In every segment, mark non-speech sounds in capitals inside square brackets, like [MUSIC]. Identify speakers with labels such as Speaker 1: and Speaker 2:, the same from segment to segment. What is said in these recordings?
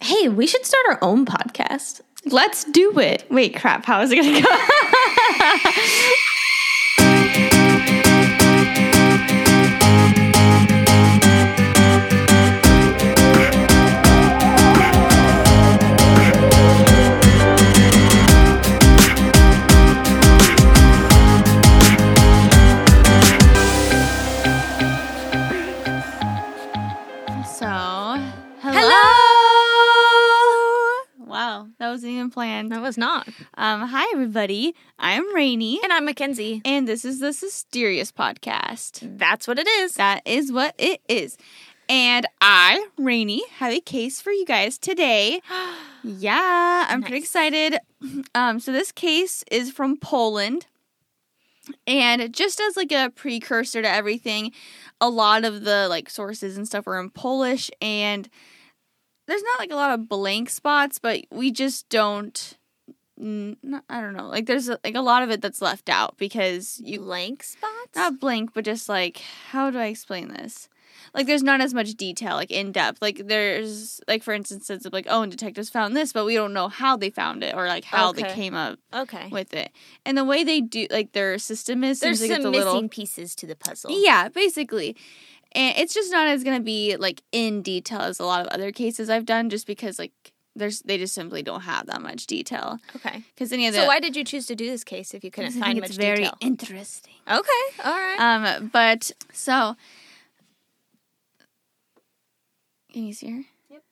Speaker 1: Hey, we should start our own podcast.
Speaker 2: Let's do it. Wait, crap. How is it going to go? [LAUGHS] So, hello. Wow, that wasn't even planned.
Speaker 1: That was not.
Speaker 2: Um, hi everybody. I'm Rainey,
Speaker 1: And I'm Mackenzie.
Speaker 2: and this is the Sisterius podcast.
Speaker 1: That's what it is.
Speaker 2: That is what it is. And I, Rainey, have a case for you guys today.
Speaker 1: [GASPS]
Speaker 2: Yeah, I'm pretty
Speaker 1: Nice.
Speaker 2: excited. [CLEARS THROAT] Um, so this case is from Poland. And just as like a precursor to everything, a lot of the like sources and stuff are in Polish and there's not like a lot of blank spots, but we just don't n- I don't know. Like there's like a lot of it that's left out because you
Speaker 1: Blank spots?
Speaker 2: not blank, but just like how do I explain this? Like there's not as much detail, like in depth. Like there's like for instance, it's like oh, and detectives found this, but we don't know how they found it or like how they
Speaker 1: Okay.
Speaker 2: came up
Speaker 1: okay.
Speaker 2: with it. And the way they do, like their system is
Speaker 1: There's
Speaker 2: seems like
Speaker 1: some
Speaker 2: it's a
Speaker 1: missing
Speaker 2: little
Speaker 1: pieces to the puzzle.
Speaker 2: yeah, basically. And it's just not as gonna be like in detail as a lot of other cases I've done, just because like there's they just simply don't have that much detail.
Speaker 1: Okay.
Speaker 2: Because any of the
Speaker 1: So why did you choose to do this case if you couldn't
Speaker 2: Because I
Speaker 1: find
Speaker 2: think
Speaker 1: much
Speaker 2: it's very
Speaker 1: detail?
Speaker 2: interesting.
Speaker 1: Okay. All right.
Speaker 2: Um, but so can you see her?
Speaker 1: Yep.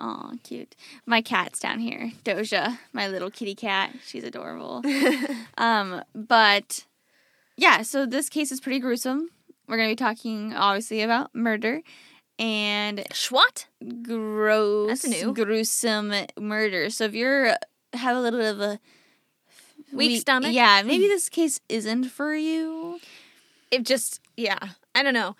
Speaker 2: Oh, cute. My cat's down here, Doja, my little kitty cat. She's
Speaker 1: [LAUGHS]
Speaker 2: adorable. um, but yeah, so this case is pretty gruesome. We're gonna be talking obviously about murder and
Speaker 1: Schwat.
Speaker 2: gross,
Speaker 1: new.
Speaker 2: gruesome murder. So if you're have a little bit of a
Speaker 1: Weak stomach?
Speaker 2: yeah, maybe this case isn't for you.
Speaker 1: It just yeah. I don't know.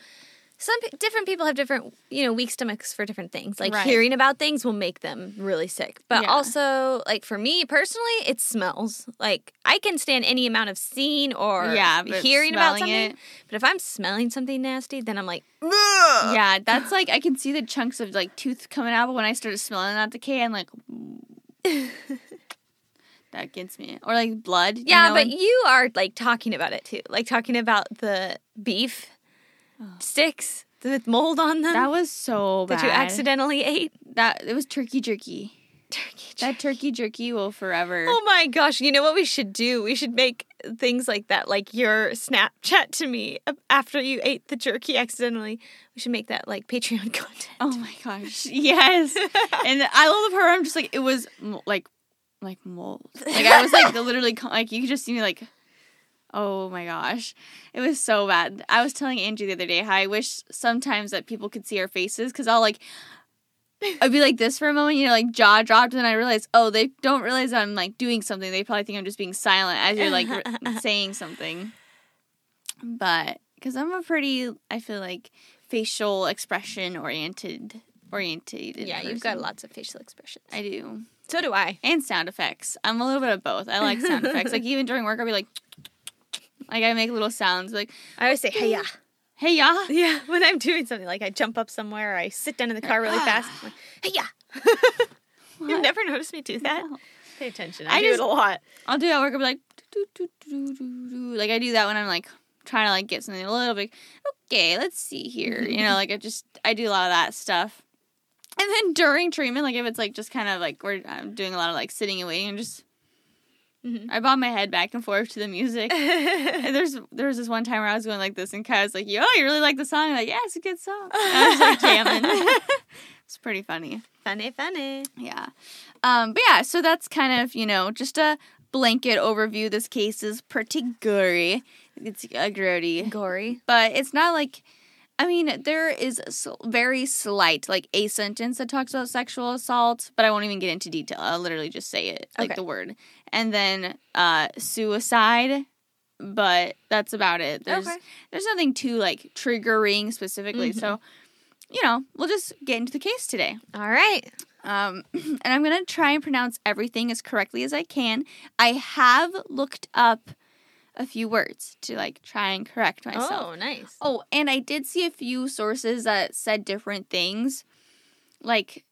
Speaker 1: Some pe- different people have different, you know, weak stomachs for different things. Like
Speaker 2: Right.
Speaker 1: hearing about things will make them really sick. But
Speaker 2: Yeah.
Speaker 1: also, like for me personally, it smells. Like I can stand any amount of seeing or
Speaker 2: Yeah, but
Speaker 1: hearing about
Speaker 2: smelling
Speaker 1: something.
Speaker 2: it-
Speaker 1: But if I'm smelling something nasty, then I'm like, Uh, [LAUGHS]
Speaker 2: Yeah, that's like I can see the chunks of like tooth coming out, but when I started smelling that decay, I'm like, that gets me. Or like blood. you
Speaker 1: Yeah,
Speaker 2: know,
Speaker 1: but
Speaker 2: and-
Speaker 1: you are like talking about it too, like talking about the beef sticks with mold on them
Speaker 2: that was so bad.
Speaker 1: Oh. that you accidentally ate.
Speaker 2: That it was turkey jerky.
Speaker 1: Turkey. jerky.
Speaker 2: That turkey jerky will forever.
Speaker 1: Oh my gosh! You know what we should do? We should make things like that, like your Snapchat to me after you ate the jerky accidentally. We should make that like Patreon [LAUGHS] content.
Speaker 2: Oh my gosh.
Speaker 1: [LAUGHS]
Speaker 2: Yes. and I love her. I'm just like, it was mo- like, like mold. Like I was
Speaker 1: [LAUGHS]
Speaker 2: like literally, co- like you could just see me like, oh my gosh. It was so bad. I was telling Angie the other day how I wish sometimes that people could see our faces because I'll like, I'd be like this for a moment, you know, like jaw dropped, and then I realize, oh, they don't realize I'm like doing something. They probably think I'm just being silent as you're like
Speaker 1: [LAUGHS]
Speaker 2: re- saying something. But because I'm a pretty, I feel like facial expression oriented, oriented.
Speaker 1: Yeah, you've got
Speaker 2: person.
Speaker 1: lots of facial expressions.
Speaker 2: I do.
Speaker 1: so do I.
Speaker 2: And sound effects. I'm a little bit of both. I like sound effects. Like even during work, I'll be like, like I make little sounds like,
Speaker 1: I always say, "Hey, yeah,
Speaker 2: hey ya.
Speaker 1: yeah." [LAUGHS] When I'm doing something, like I jump up somewhere, or I sit down in the car really fast. I'm like, hey, yeah. [LAUGHS] you
Speaker 2: What?
Speaker 1: never noticed me do that. Pay attention. I,
Speaker 2: I
Speaker 1: do
Speaker 2: just-
Speaker 1: it a lot.
Speaker 2: I'll do it at work. I'll be like, do, do, do, do, do, do. like I do that when I'm like trying to like get something a little bit. Okay, let's see here. You know, like I just I do a lot of that stuff. And then during treatment, like if it's like just kind of like we're I'm doing a lot of like sitting and waiting and just.
Speaker 1: Mhm.
Speaker 2: I bob my head back and forth to the music. And there's there was this one time where I was going like this, and Kai was like, "Yo, you really like the song?" I'm like, "Yeah, it's a good song." And I was like jamming. [LAUGHS] it's pretty funny.
Speaker 1: funny, funny.
Speaker 2: Yeah. Um, but yeah, so that's kind of, you know, just a blanket overview. This case is pretty gory. It's uh, grody.
Speaker 1: Gory.
Speaker 2: But it's not like, I mean, there is a sl- very slight, like a sentence that talks about sexual assault, but I won't even get into detail. I'll literally just say it, like
Speaker 1: Okay.
Speaker 2: the word. And then uh, suicide. But that's about it. There's
Speaker 1: Okay.
Speaker 2: there's nothing too like triggering specifically. So,
Speaker 1: Mm-hmm.
Speaker 2: you know, we'll just get into the case today.
Speaker 1: All right.
Speaker 2: Um, [CLEARS THROAT] and I'm going to try and pronounce everything as correctly as I can. I have looked up a few words to like try and correct myself.
Speaker 1: Oh, nice.
Speaker 2: Oh, and I did see a few sources that said different things. Like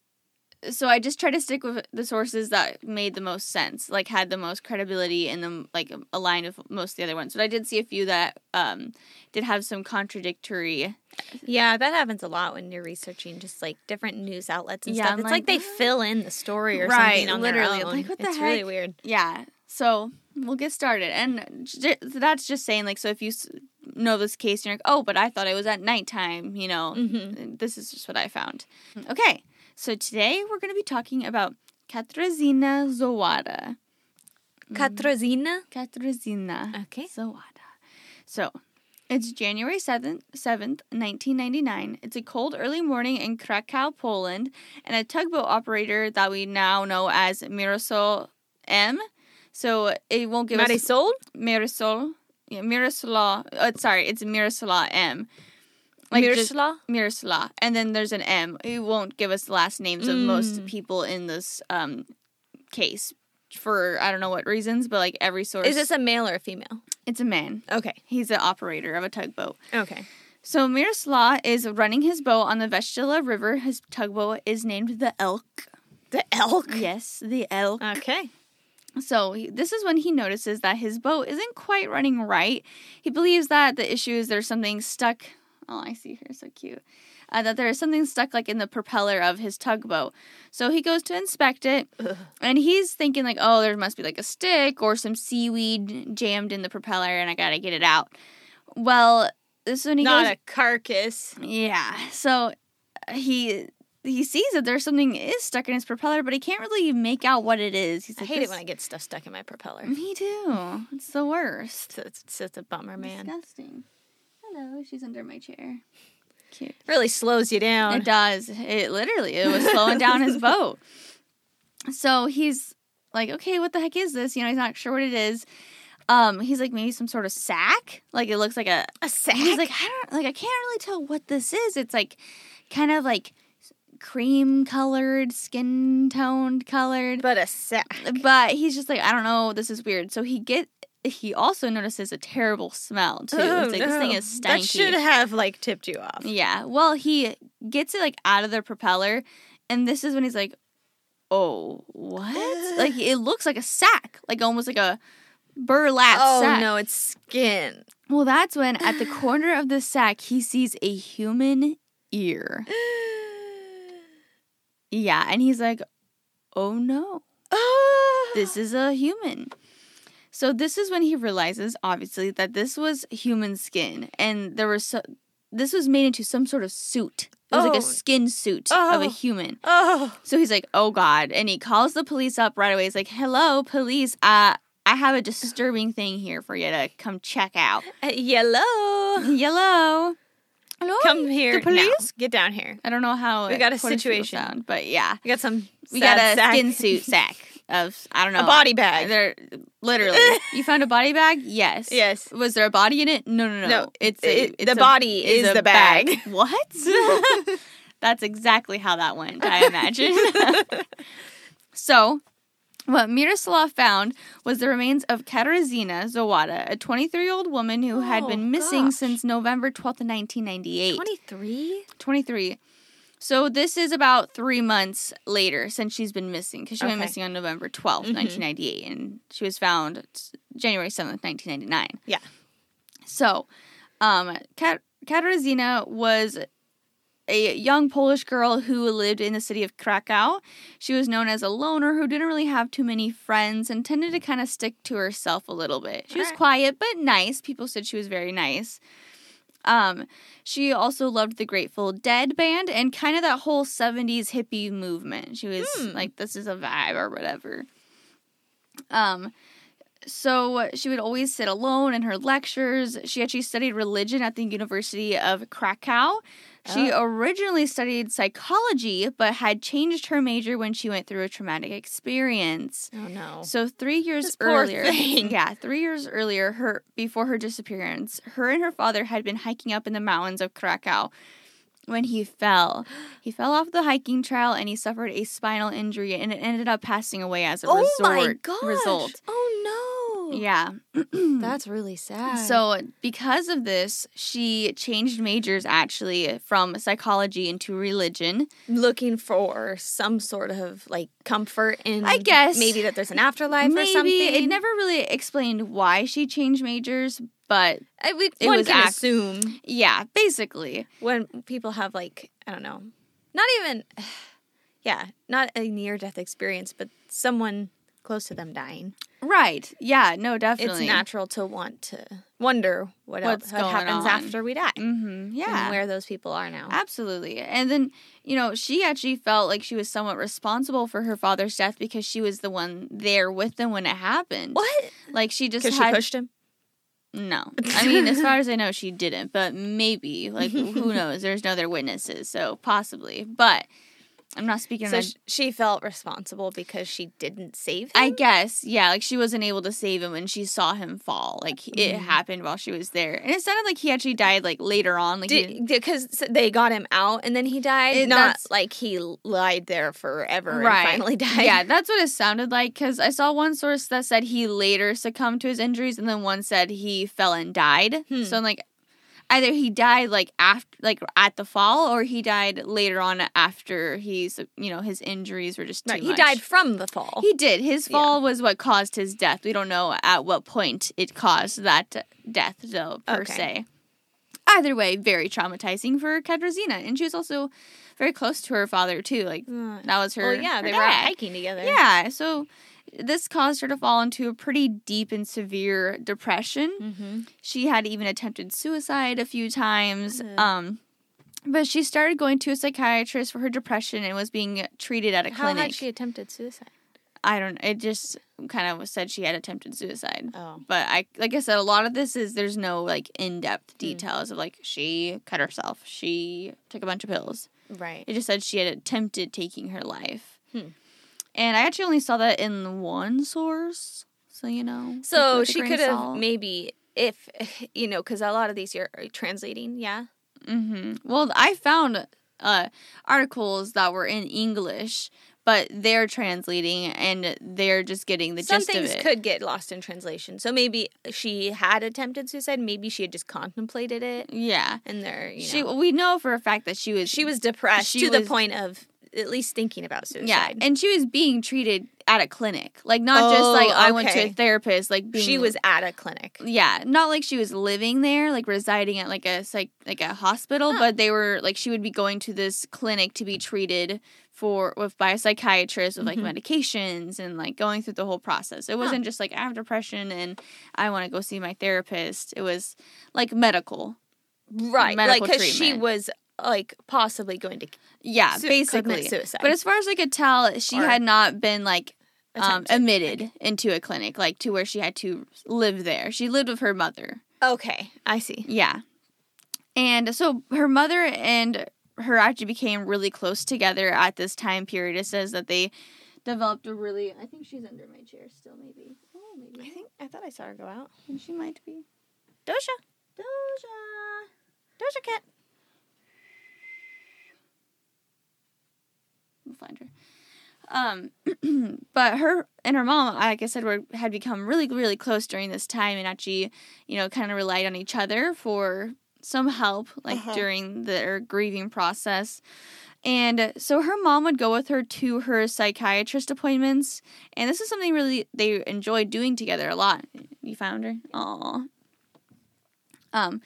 Speaker 2: so I just try to stick with the sources that made the most sense, like had the most credibility and the like aligned with most of the other ones. But I did see a few that um, did have some contradictory.
Speaker 1: Yeah, that happens a lot when you're researching just like different news outlets and
Speaker 2: Yeah,
Speaker 1: stuff.
Speaker 2: I'm
Speaker 1: it's like,
Speaker 2: like,
Speaker 1: they
Speaker 2: "What?"
Speaker 1: fill in the story or
Speaker 2: Right,
Speaker 1: something on
Speaker 2: literally.
Speaker 1: their own.
Speaker 2: Like, what the
Speaker 1: it's really
Speaker 2: heck?
Speaker 1: weird.
Speaker 2: Yeah, so we'll get started, and j- that's just saying like so if you s- know this case, and you're like, oh, but I thought it was at nighttime, you know,
Speaker 1: hmm
Speaker 2: this is just what I found. Okay, so today we're going to be talking about Katrazina Zawada.
Speaker 1: Katrazina.
Speaker 2: Katrazina.
Speaker 1: Okay.
Speaker 2: Zawada. So, it's January 7th, 7th, 1999. It's a cold early morning in Krakow, Poland, and a tugboat operator that we now know as Mirosol M. So, it won't give us
Speaker 1: Marisol?
Speaker 2: Mirosol. Yeah, Miroslaw. Oh, sorry, it's Miroslaw M. just-
Speaker 1: Miroslav?
Speaker 2: Miroslav, and then there's an M. It won't give us the last names of most
Speaker 1: Mm.
Speaker 2: people in this um, case for I don't know what reasons, but like every source,
Speaker 1: Is this a male or a female?
Speaker 2: it's a man.
Speaker 1: Okay.
Speaker 2: He's an operator of a tugboat.
Speaker 1: Okay.
Speaker 2: So Miroslav is running his boat on the Vestula River. His tugboat is named the Elk.
Speaker 1: The elk.
Speaker 2: Yes, the Elk.
Speaker 1: Okay.
Speaker 2: So he, this is when he notices that his boat isn't quite running right. He believes that the issue is there's something stuck. Oh, I see her, so cute. Uh, that there is something stuck like in the propeller of his tugboat. So he goes to inspect it,
Speaker 1: Ugh.
Speaker 2: and he's thinking like, oh, there must be like a stick or some seaweed jammed in the propeller, and I gotta get it out. Well, this is when he
Speaker 1: Not
Speaker 2: goes,
Speaker 1: a carcass.
Speaker 2: yeah. So uh, he he sees that there's something is stuck in his propeller, but he can't really make out what it is. He's
Speaker 1: I
Speaker 2: like,
Speaker 1: hate it
Speaker 2: "This- Mm-hmm.
Speaker 1: when I get stuff stuck in my
Speaker 2: [LAUGHS]
Speaker 1: propeller.
Speaker 2: me too. It's the worst.
Speaker 1: It's, it's, it's such a bummer, Oh, man.
Speaker 2: Disgusting. Hello, she's under my chair. Cute.
Speaker 1: Really slows you down.
Speaker 2: It does. It literally it was slowing down his boat. So he's like, okay, what the heck is this? You know, he's not sure what it is. Um, he's like maybe some sort of sack. Like it looks like a
Speaker 1: [LAUGHS] A sack.
Speaker 2: He's like, I don't like I can't really tell what this is. It's like kind of like cream colored, skin toned colored.
Speaker 1: but a sack.
Speaker 2: But he's just like, I don't know, this is weird. So he get he also notices a terrible smell too. He's like, This thing is stinky.
Speaker 1: Oh, That should have like tipped you off.
Speaker 2: Yeah. Well, he gets it like out of the propeller, and this is when he's like, "Oh,
Speaker 1: [SIGHS]
Speaker 2: what? like it looks like a sack, like almost like a burlap
Speaker 1: Oh
Speaker 2: sack."
Speaker 1: no,
Speaker 2: [GASPS]
Speaker 1: it's skin.
Speaker 2: Well, that's when at the corner of the sack he sees a human ear. Yeah, and he's like, "Oh no."
Speaker 1: Oh.
Speaker 2: this is a human. So this is when he realizes, obviously, that this was human skin, and there was so, this was made into some sort of suit. It was like
Speaker 1: Oh.
Speaker 2: a skin suit of a
Speaker 1: Oh.
Speaker 2: human.
Speaker 1: Oh,
Speaker 2: So he's like, "Oh God!" and he calls the police up right away. He's like, "Hello, police! Uh, I have a disturbing thing here for you to come check [GASPS] out."
Speaker 1: Uh, yellow.
Speaker 2: Hello, hello,
Speaker 1: Come here.
Speaker 2: the police.
Speaker 1: now. Get down here.
Speaker 2: I don't know how
Speaker 1: We
Speaker 2: it-
Speaker 1: got a
Speaker 2: Polish people
Speaker 1: situation.
Speaker 2: sound, but yeah,
Speaker 1: We got some.
Speaker 2: we got
Speaker 1: sad
Speaker 2: a
Speaker 1: sack.
Speaker 2: skin
Speaker 1: [LAUGHS]
Speaker 2: suit sack of I don't know
Speaker 1: A body bag.
Speaker 2: They're
Speaker 1: [LAUGHS]
Speaker 2: literally. you found a body bag? Yes. [LAUGHS]
Speaker 1: Yes. [LAUGHS]
Speaker 2: Was there a body in it? No, no, no.
Speaker 1: No,
Speaker 2: it's a,
Speaker 1: it-
Speaker 2: it's
Speaker 1: the
Speaker 2: a-
Speaker 1: body
Speaker 2: it's
Speaker 1: is
Speaker 2: a
Speaker 1: the bag. [LAUGHS]
Speaker 2: What? [LAUGHS] That's exactly how that went. I
Speaker 1: [LAUGHS]
Speaker 2: imagine. so. What Miroslav found was the remains of Katarzyna Zawada, a 23-year-old woman who had
Speaker 1: Oh,
Speaker 2: been missing
Speaker 1: gosh.
Speaker 2: since November 12th, of 1998.
Speaker 1: Twenty-three.
Speaker 2: 23. So this is about three months later since she's been missing because she went
Speaker 1: Okay.
Speaker 2: missing on November 12th,
Speaker 1: Mhm.
Speaker 2: 1998, and she was found t- January 7th, 1999.
Speaker 1: Yeah.
Speaker 2: So, um, Kat- Katarzyna was a young Polish girl who lived in the city of Krakow. She was known as a loner who didn't really have too many friends and tended to kind of stick to herself a little bit. She was
Speaker 1: Alright.
Speaker 2: quiet but nice. People said she was very nice. Um, she also loved the Grateful Dead band and kind of that whole 70s hippie movement. She was
Speaker 1: Hmm.
Speaker 2: like, this is a vibe or whatever. Um, so she would always sit alone in her lectures. She actually studied religion at the University of Krakow. She originally studied psychology, but had changed her major when she went through a traumatic experience.
Speaker 1: Oh no.
Speaker 2: So three years
Speaker 1: This poor
Speaker 2: earlier,
Speaker 1: thing.
Speaker 2: yeah, three years earlier, her before her disappearance, her and her father had been hiking up in the mountains of Krakow when he fell.
Speaker 1: [GASPS]
Speaker 2: He fell off the hiking trail and he suffered a spinal injury, and it ended up passing away as a
Speaker 1: oh
Speaker 2: resort,
Speaker 1: my gosh.
Speaker 2: result.
Speaker 1: Oh Oh,
Speaker 2: Yeah.
Speaker 1: That's really sad.
Speaker 2: So, because of this, she changed majors actually from psychology into religion.
Speaker 1: looking for some sort of like comfort in,
Speaker 2: I guess.
Speaker 1: maybe that there's an afterlife or something.
Speaker 2: Maybe it never really explained why she changed majors, but
Speaker 1: I, we,
Speaker 2: it
Speaker 1: one
Speaker 2: was
Speaker 1: can
Speaker 2: act-
Speaker 1: assume
Speaker 2: yeah, basically.
Speaker 1: when people have like I don't know, not even, [SIGHS] yeah, not a near death experience, but someone close to them dying.
Speaker 2: Right. Yeah, no, definitely.
Speaker 1: It's natural to want to wonder what
Speaker 2: What's
Speaker 1: else what
Speaker 2: going
Speaker 1: happens
Speaker 2: on.
Speaker 1: after we die
Speaker 2: Mhm. Yeah.
Speaker 1: and where those people are now.
Speaker 2: Absolutely. And then, you know, she actually felt like she was somewhat responsible for her father's death because she was the one there with them when it happened.
Speaker 1: What?
Speaker 2: Like she just
Speaker 1: Because she
Speaker 2: had
Speaker 1: pushed him. [LAUGHS]
Speaker 2: no. I mean, as far as I know, she didn't, but maybe like
Speaker 1: [LAUGHS]
Speaker 2: who knows? There's no other witnesses, so possibly. But I'm not speaking.
Speaker 1: So
Speaker 2: on,
Speaker 1: sh- she felt responsible because she didn't save him.
Speaker 2: I guess yeah, like she wasn't able to save him when she saw him fall. Like he- it
Speaker 1: Mm.
Speaker 2: happened while she was there, and it sounded like he actually died like later on. Like he didn't-
Speaker 1: because they got him out and then he died.
Speaker 2: It-
Speaker 1: not
Speaker 2: that's-
Speaker 1: like he lied there forever
Speaker 2: Right.
Speaker 1: and finally [LAUGHS] died.
Speaker 2: Yeah, that's what it sounded like because I saw one source that said he later succumbed to his injuries, and then one said he fell and died.
Speaker 1: Hmm.
Speaker 2: So I'm like, either he died like after, like at the fall, or he died later on after he's, you know, his injuries were just too
Speaker 1: Right, he
Speaker 2: much.
Speaker 1: died from the fall.
Speaker 2: He did. His
Speaker 1: Yeah.
Speaker 2: fall was what caused his death. We don't know at what point it caused that death, though, per
Speaker 1: Okay.
Speaker 2: se. Either way, very traumatizing for Kadrasina. And she was also very close to her father, too. Like,
Speaker 1: Oh
Speaker 2: that was her.
Speaker 1: well, yeah,
Speaker 2: her
Speaker 1: they were out
Speaker 2: dad.
Speaker 1: hiking together.
Speaker 2: Yeah, so this caused her to fall into a pretty deep and severe depression.
Speaker 1: Mm-hmm.
Speaker 2: She had even attempted suicide a few times.
Speaker 1: Ugh.
Speaker 2: Um, but she started going to a psychiatrist for her depression and was being treated at a
Speaker 1: How
Speaker 2: clinic.
Speaker 1: had she attempted suicide?
Speaker 2: I don't. It just kind of said she had attempted suicide.
Speaker 1: Oh.
Speaker 2: But I, like I said, a lot of this is there's no like in
Speaker 1: Mm.
Speaker 2: depth details of like she cut herself, she took a bunch of pills.
Speaker 1: Right.
Speaker 2: It just said she had attempted taking her life.
Speaker 1: Hmm.
Speaker 2: And I actually only saw that in one source. So, you know.
Speaker 1: So
Speaker 2: with a
Speaker 1: she
Speaker 2: grain
Speaker 1: could
Speaker 2: of
Speaker 1: have
Speaker 2: salt.
Speaker 1: maybe if [LAUGHS] you know because a lot of these you're translating. Yeah.
Speaker 2: Mhm. Well, I found uh, articles that were in English, but they're translating and they're just getting the
Speaker 1: Some
Speaker 2: gist of
Speaker 1: things
Speaker 2: it.
Speaker 1: could get lost in translation. So maybe she had attempted suicide. Maybe she had just contemplated it,
Speaker 2: yeah.
Speaker 1: and there you
Speaker 2: She
Speaker 1: know
Speaker 2: we know for a fact that she was
Speaker 1: she was depressed
Speaker 2: she
Speaker 1: to
Speaker 2: was-
Speaker 1: the point of at least thinking about suicide.
Speaker 2: yeah, and she was being treated at a clinic. Like not just
Speaker 1: Oh,
Speaker 2: like I went to a
Speaker 1: okay.
Speaker 2: therapist, like being
Speaker 1: she was at a clinic.
Speaker 2: Yeah, not like she was living there, like residing at like a psych, like a hospital,
Speaker 1: Huh.
Speaker 2: but they were like she would be going to this clinic to be treated for with by a psychiatrist with like
Speaker 1: Mhm.
Speaker 2: medications and like going through the whole process. It wasn't just like I have depression and I want to go see my therapist. It was like medical.
Speaker 1: Right. Like
Speaker 2: medical
Speaker 1: because she
Speaker 2: treatment.
Speaker 1: was like possibly going to
Speaker 2: Yeah,
Speaker 1: su-
Speaker 2: basically.
Speaker 1: commit suicide.
Speaker 2: But as far as I could tell, she
Speaker 1: Or-
Speaker 2: had not been like um,
Speaker 1: attempt.
Speaker 2: admitted into a clinic, like to where she had to live there. She lived with her mother.
Speaker 1: okay, I see.
Speaker 2: Yeah. And so her mother and her actually became really close together at this time period. It says that they developed a really I think she's under my chair still maybe. Oh maybe.
Speaker 1: think I thought I saw her go out.
Speaker 2: And she might be.
Speaker 1: Doja,
Speaker 2: Doja.
Speaker 1: Doja Cat.
Speaker 2: We'll find her. Um, [CLEARS THROAT] but her and her mom, like I said, were had become really, really close during this time, and actually, you know, kind of relied on each other for some help, like
Speaker 1: Uh-huh.
Speaker 2: during their grieving process. And so her mom would go with her to her psychiatrist appointments, and this is something really they enjoyed doing together a lot. You found her, Aww. Um,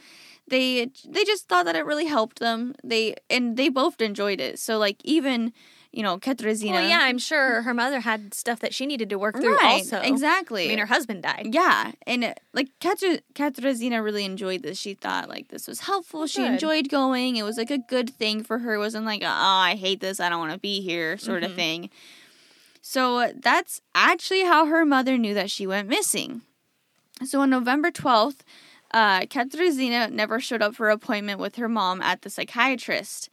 Speaker 2: they they just thought that it really helped them. They and they both enjoyed it. So like even you know Katrina.
Speaker 1: Well, Oh, yeah, I'm sure her mother had stuff that she needed to work through also.
Speaker 2: exactly.
Speaker 1: I mean, her husband died.
Speaker 2: yeah, and uh, like Katr- Katrina really enjoyed this. She thought like this was helpful. she
Speaker 1: good.
Speaker 2: enjoyed going. It was like a good thing for her. It wasn't like oh I hate this. I don't want to be here sort of
Speaker 1: Mhm.
Speaker 2: thing. So uh, that's actually how her mother knew that she went missing. So on November twelfth, uh, Katrina never showed up for her appointment with her mom at the psychiatrist.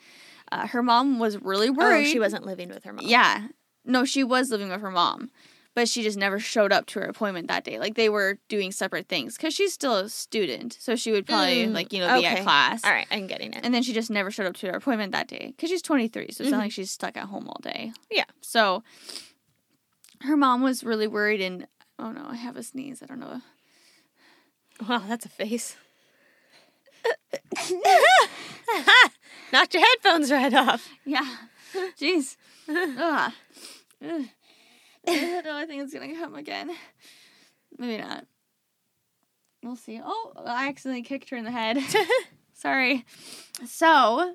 Speaker 2: Uh, her mom was really
Speaker 1: Oh,
Speaker 2: worried.
Speaker 1: she wasn't living with her mom.
Speaker 2: Yeah. No, she was living with her mom, but she just never showed up to her appointment that day. Like they were doing separate things because she's still a student, so she would probably
Speaker 1: Mm,
Speaker 2: like you know be at
Speaker 1: okay.
Speaker 2: class.
Speaker 1: All right, I'm getting it.
Speaker 2: And then she just never showed up to her appointment that day because she's 23, so it's not
Speaker 1: Mhm.
Speaker 2: like she's stuck at home all day.
Speaker 1: Yeah.
Speaker 2: So her mom was really worried, and oh no, I have a sneeze. I don't know.
Speaker 1: Wow, that's a face.
Speaker 2: [LAUGHS]
Speaker 1: Knocked your headphones right off.
Speaker 2: Yeah.
Speaker 1: [LAUGHS]
Speaker 2: Jeez. Ugh. Ugh. [LAUGHS] Ugh, no, I think it's gonna come again. Maybe not. We'll see. Oh, I accidentally kicked her in the head. [LAUGHS] Sorry. So,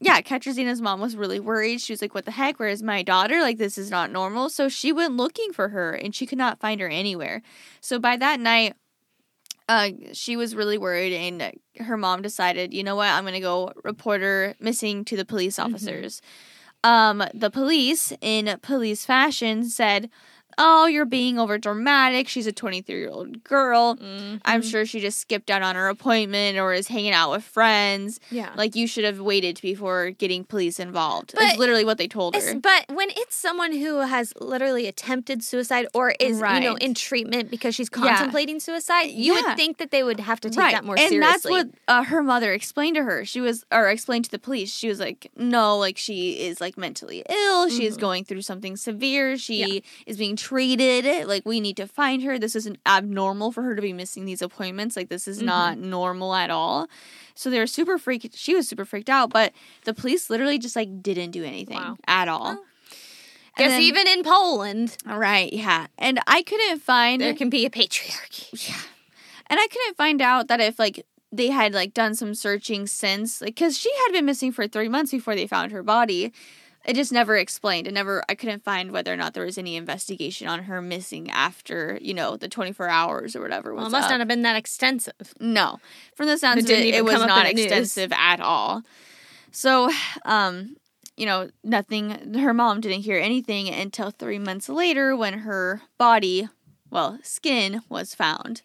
Speaker 2: yeah, Katrina's mom was really worried. She was like, "What the heck? Where is my daughter? Like, this is not normal." So she went looking for her, and she could not find her anywhere. So by that night, uh, she was really worried, and her mom decided, "You know what? I'm gonna go report her missing to the police officers." Um, the police, in police fashion, said, "Oh, you're being over dramatic. She's a 23 year old girl."
Speaker 1: Mm, Mm-hmm.
Speaker 2: I'm sure she just skipped out on her appointment or is hanging out with friends.
Speaker 1: Yeah.
Speaker 2: Like you should have waited before getting police involved. That's
Speaker 1: But-
Speaker 2: literally what they told
Speaker 1: It's-
Speaker 2: her.
Speaker 1: but when it's someone who has literally attempted suicide or is you know
Speaker 2: Right.
Speaker 1: in treatment because she's
Speaker 2: Yeah.
Speaker 1: contemplating suicide, you
Speaker 2: Yeah.
Speaker 1: would think that they would have to take that more
Speaker 2: and
Speaker 1: seriously.
Speaker 2: that's what uh, her mother explained to her. She was, or explained to the police. She was like, "No, like she is like mentally ill. She
Speaker 1: Mm-hmm.
Speaker 2: is going through something severe. She is being treated. Like we need to find her. This isn't abnormal for her to be missing these appointments. Like this is not
Speaker 1: Mm-hmm.
Speaker 2: normal at all." So they were super freaked. She was super freaked out, but the police literally just like didn't do anything
Speaker 1: Wow.
Speaker 2: at all.
Speaker 1: Well,
Speaker 2: And
Speaker 1: Guess
Speaker 2: then-
Speaker 1: even in Poland,
Speaker 2: All right, yeah. And I couldn't find
Speaker 1: there can be a patriarchy.
Speaker 2: and I couldn't find out that if like they had like done some searching since like cuz she had been missing for 3 months before they found her body. It just never explained. It never I couldn't find whether or not there was any investigation on her missing after, you know, the 24 hours or whatever was
Speaker 1: Well, it must
Speaker 2: up.
Speaker 1: not have been that extensive.
Speaker 2: No, from the sounds
Speaker 1: It
Speaker 2: of it,
Speaker 1: didn't
Speaker 2: it
Speaker 1: even
Speaker 2: was
Speaker 1: come up
Speaker 2: not
Speaker 1: in the news.
Speaker 2: extensive at all. So, um, you know, nothing. Her mom didn't hear anything until three months later when her body, well, skin was found.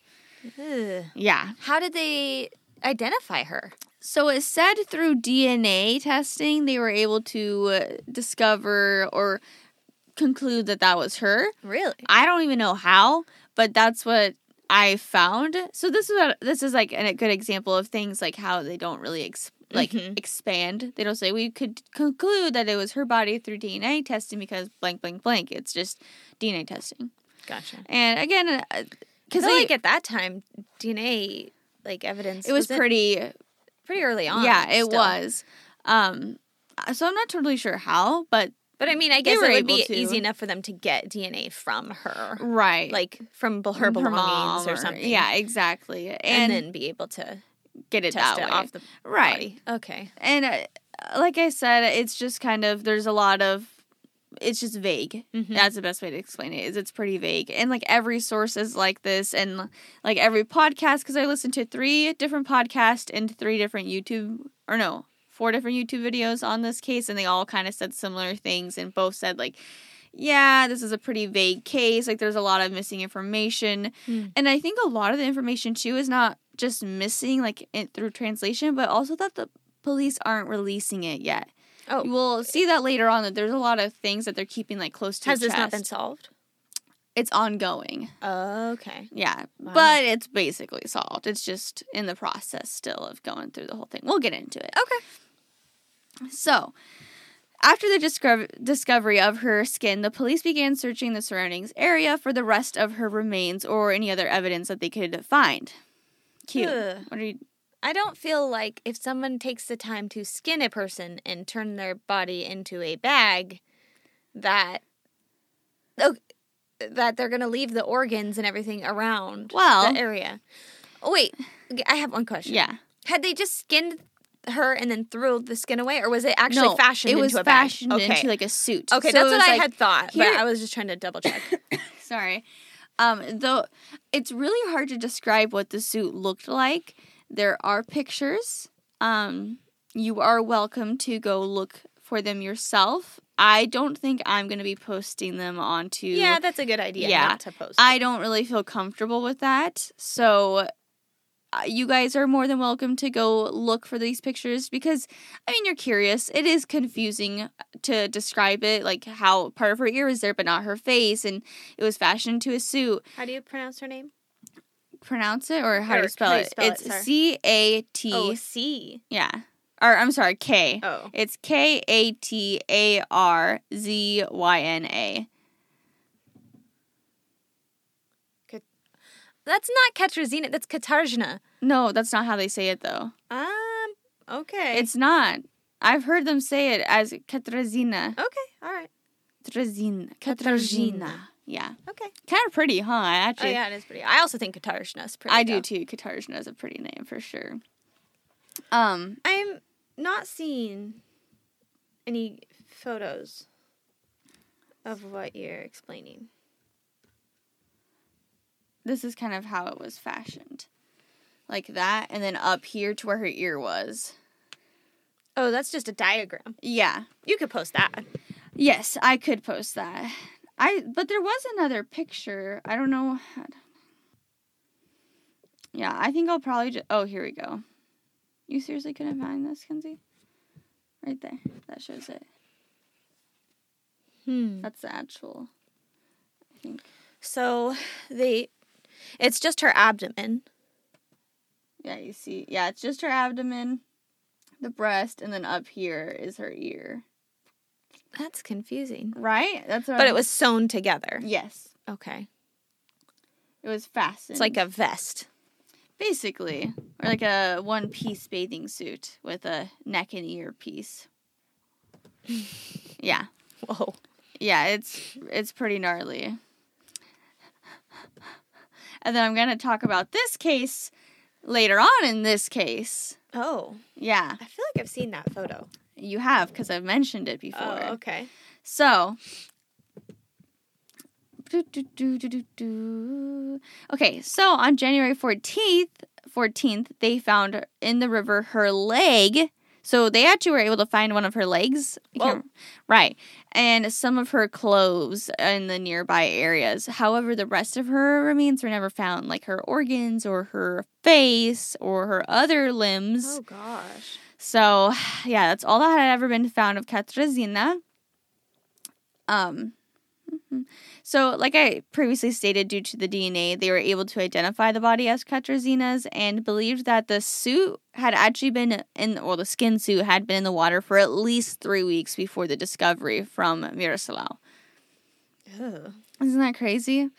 Speaker 2: Yeah.
Speaker 1: How did they identify her?
Speaker 2: So it said through DNA testing they were able to uh, discover or conclude that that was her.
Speaker 1: Really?
Speaker 2: I don't even know how, but that's what I found. So this is a, this is like an- a good example of things like how they don't really ex- like
Speaker 1: Mhm.
Speaker 2: expand. They don't say we could conclude that it was her body through DNA testing because blank blank blank. It's just DNA testing.
Speaker 1: Gotcha.
Speaker 2: And again, uh,
Speaker 1: Because
Speaker 2: because like
Speaker 1: like at that time, DNA like evidence
Speaker 2: it was
Speaker 1: wasn't-
Speaker 2: pretty
Speaker 1: pretty early on.
Speaker 2: yeah, it
Speaker 1: still.
Speaker 2: was. Um so I'm not totally sure how, but
Speaker 1: But I mean, I
Speaker 2: They
Speaker 1: guess
Speaker 2: were
Speaker 1: it would
Speaker 2: able
Speaker 1: be
Speaker 2: to.
Speaker 1: easy enough for them to get DNA from her,
Speaker 2: right. Like
Speaker 1: like from bel- her belongings
Speaker 2: mom
Speaker 1: or something.
Speaker 2: Yeah, exactly. And,
Speaker 1: and, then be able to
Speaker 2: get it
Speaker 1: test
Speaker 2: that
Speaker 1: it
Speaker 2: way.
Speaker 1: off the
Speaker 2: right.
Speaker 1: body. Okay.
Speaker 2: And uh, like I said, it's just kind of there's a lot of it's just vague.
Speaker 1: Mhm.
Speaker 2: That's the best way to explain it. Is it's pretty vague. And like every source is like this and like every podcast cuz I listened to 3 different podcasts and 3 different YouTube or no, 4 different YouTube videos on this case and they all kind of said similar things and both said like yeah, this is a pretty vague case. Like, there's a lot of missing information.
Speaker 1: Mm.
Speaker 2: And I think a lot of the information, too, is not just missing, like, it, through translation, but also that the police aren't releasing it yet.
Speaker 1: Oh.
Speaker 2: We'll see that later on that there's a lot of things that they're keeping, like, close to
Speaker 1: Has
Speaker 2: the
Speaker 1: this not
Speaker 2: chest.
Speaker 1: been solved?
Speaker 2: It's ongoing.
Speaker 1: Okay.
Speaker 2: Yeah.
Speaker 1: Wow.
Speaker 2: But it's basically solved. It's just in the process still of going through the whole thing. We'll get into it.
Speaker 1: Okay.
Speaker 2: So, after the discover- discovery of her skin, the police began searching the surroundings area for the rest of her remains or any other evidence that they could find. Cute.
Speaker 1: Ugh.
Speaker 2: What are you?
Speaker 1: I don't feel like if someone takes the time to skin a person and turn their body into a bag, that oh, that they're gonna leave the organs and everything around
Speaker 2: Well-
Speaker 1: the area. Oh wait, I have one question.
Speaker 2: Yeah.
Speaker 1: Had they just skinned her and then threw the skin away, or was it actually
Speaker 2: no,
Speaker 1: fashioned
Speaker 2: it was
Speaker 1: into a bag?
Speaker 2: fashioned into like a suit.
Speaker 1: okay,
Speaker 2: So
Speaker 1: that's
Speaker 2: it
Speaker 1: what
Speaker 2: was
Speaker 1: I
Speaker 2: like-
Speaker 1: had thought,
Speaker 2: here-
Speaker 1: but I was just trying to
Speaker 2: [LAUGHS]
Speaker 1: double check.
Speaker 2: Sorry. Um, though it's really hard to describe what the suit looked like. There are pictures. Um, you are welcome to go look for them yourself. I don't think I'm going to be posting them onto.
Speaker 1: yeah, that's a good idea.
Speaker 2: Yeah.
Speaker 1: not to post.
Speaker 2: I don't really feel comfortable with that. So uh, you guys are more than welcome to go look for these pictures because I mean you're curious. It is confusing uh, to describe it like how part of her ear was there but not her face and it was fashioned to a suit.
Speaker 1: How do you pronounce her name?
Speaker 2: Pronounce it or how
Speaker 1: Or
Speaker 2: do you spell
Speaker 1: how do you
Speaker 2: it?
Speaker 1: spell it,
Speaker 2: it's
Speaker 1: sorry.
Speaker 2: C A
Speaker 1: Oh,
Speaker 2: T.
Speaker 1: C.
Speaker 2: Yeah. Or I'm sorry, K.
Speaker 1: Oh,
Speaker 2: It's K A T A R Z Y N A.
Speaker 1: That's not Katarzyna. That's Katarzyna.
Speaker 2: No, that's not how they say it though.
Speaker 1: Um. Okay.
Speaker 2: It's not. I've heard them say it as Katrazina.
Speaker 1: okay. All right.
Speaker 2: Katrazina.
Speaker 1: Katarzyna.
Speaker 2: Yeah.
Speaker 1: Okay.
Speaker 2: Kind of pretty, huh? I
Speaker 1: Oh
Speaker 2: Actually,
Speaker 1: yeah, it is pretty. I also think Katarzyna is pretty.
Speaker 2: I do
Speaker 1: though.
Speaker 2: too. Katarzyna is a pretty name for sure. Um,
Speaker 1: I'm not seeing any photos of what you're explaining.
Speaker 2: this is kind of how it was fashioned. Like that, and then up here to where her ear was.
Speaker 1: Oh, that's just a diagram.
Speaker 2: Yeah.
Speaker 1: You could post that.
Speaker 2: Yes, I could post that. I but there was another picture. I don't know. how- Yeah, I think I'll probably just. Oh, here we go. You seriously couldn't find this, Kenzie? Right there. That shows it.
Speaker 1: Hmm.
Speaker 2: That's the actual. I think.
Speaker 1: So they it's just her abdomen.
Speaker 2: Yeah, you see. Yeah, it's just her abdomen, the breast, and then up here is her ear.
Speaker 1: That's confusing.
Speaker 2: Right. That's what.
Speaker 1: But
Speaker 2: I'm-
Speaker 1: it was sewn together.
Speaker 2: Yes,
Speaker 1: Okay.
Speaker 2: it was fastened.
Speaker 1: It's like a vest.
Speaker 2: Basically, or like a one piece bathing suit with a neck and ear piece. Yeah.
Speaker 1: Whoa.
Speaker 2: Yeah, it's it's pretty gnarly. And then I'm going to talk about this case later on in this case.
Speaker 1: Oh.
Speaker 2: Yeah,
Speaker 1: I feel like I've seen that photo. Oh,
Speaker 2: you have cuz I've mentioned it before.
Speaker 1: okay.
Speaker 2: So do, do, do, do, do, do. Okay, so on January 14th, 14th, they found in the river her leg. So they actually were able to find one of her legs. I can't- Right. And some of her clothes in the nearby areas. However, the rest of her remains were never found, like her organs or her face or her other limbs.
Speaker 1: Oh gosh.
Speaker 2: So, [SIGHS] yeah, that's all that had ever been found of Katarzyna. Um, mhm. so, like I previously stated, due to the DNA, they were able to identify the body as Katarzyna's and believed that the suit had actually been in, or the skin suit had been in the water for at least three weeks before the discovery from Miroslav.
Speaker 1: Ugh.
Speaker 2: Isn't that crazy?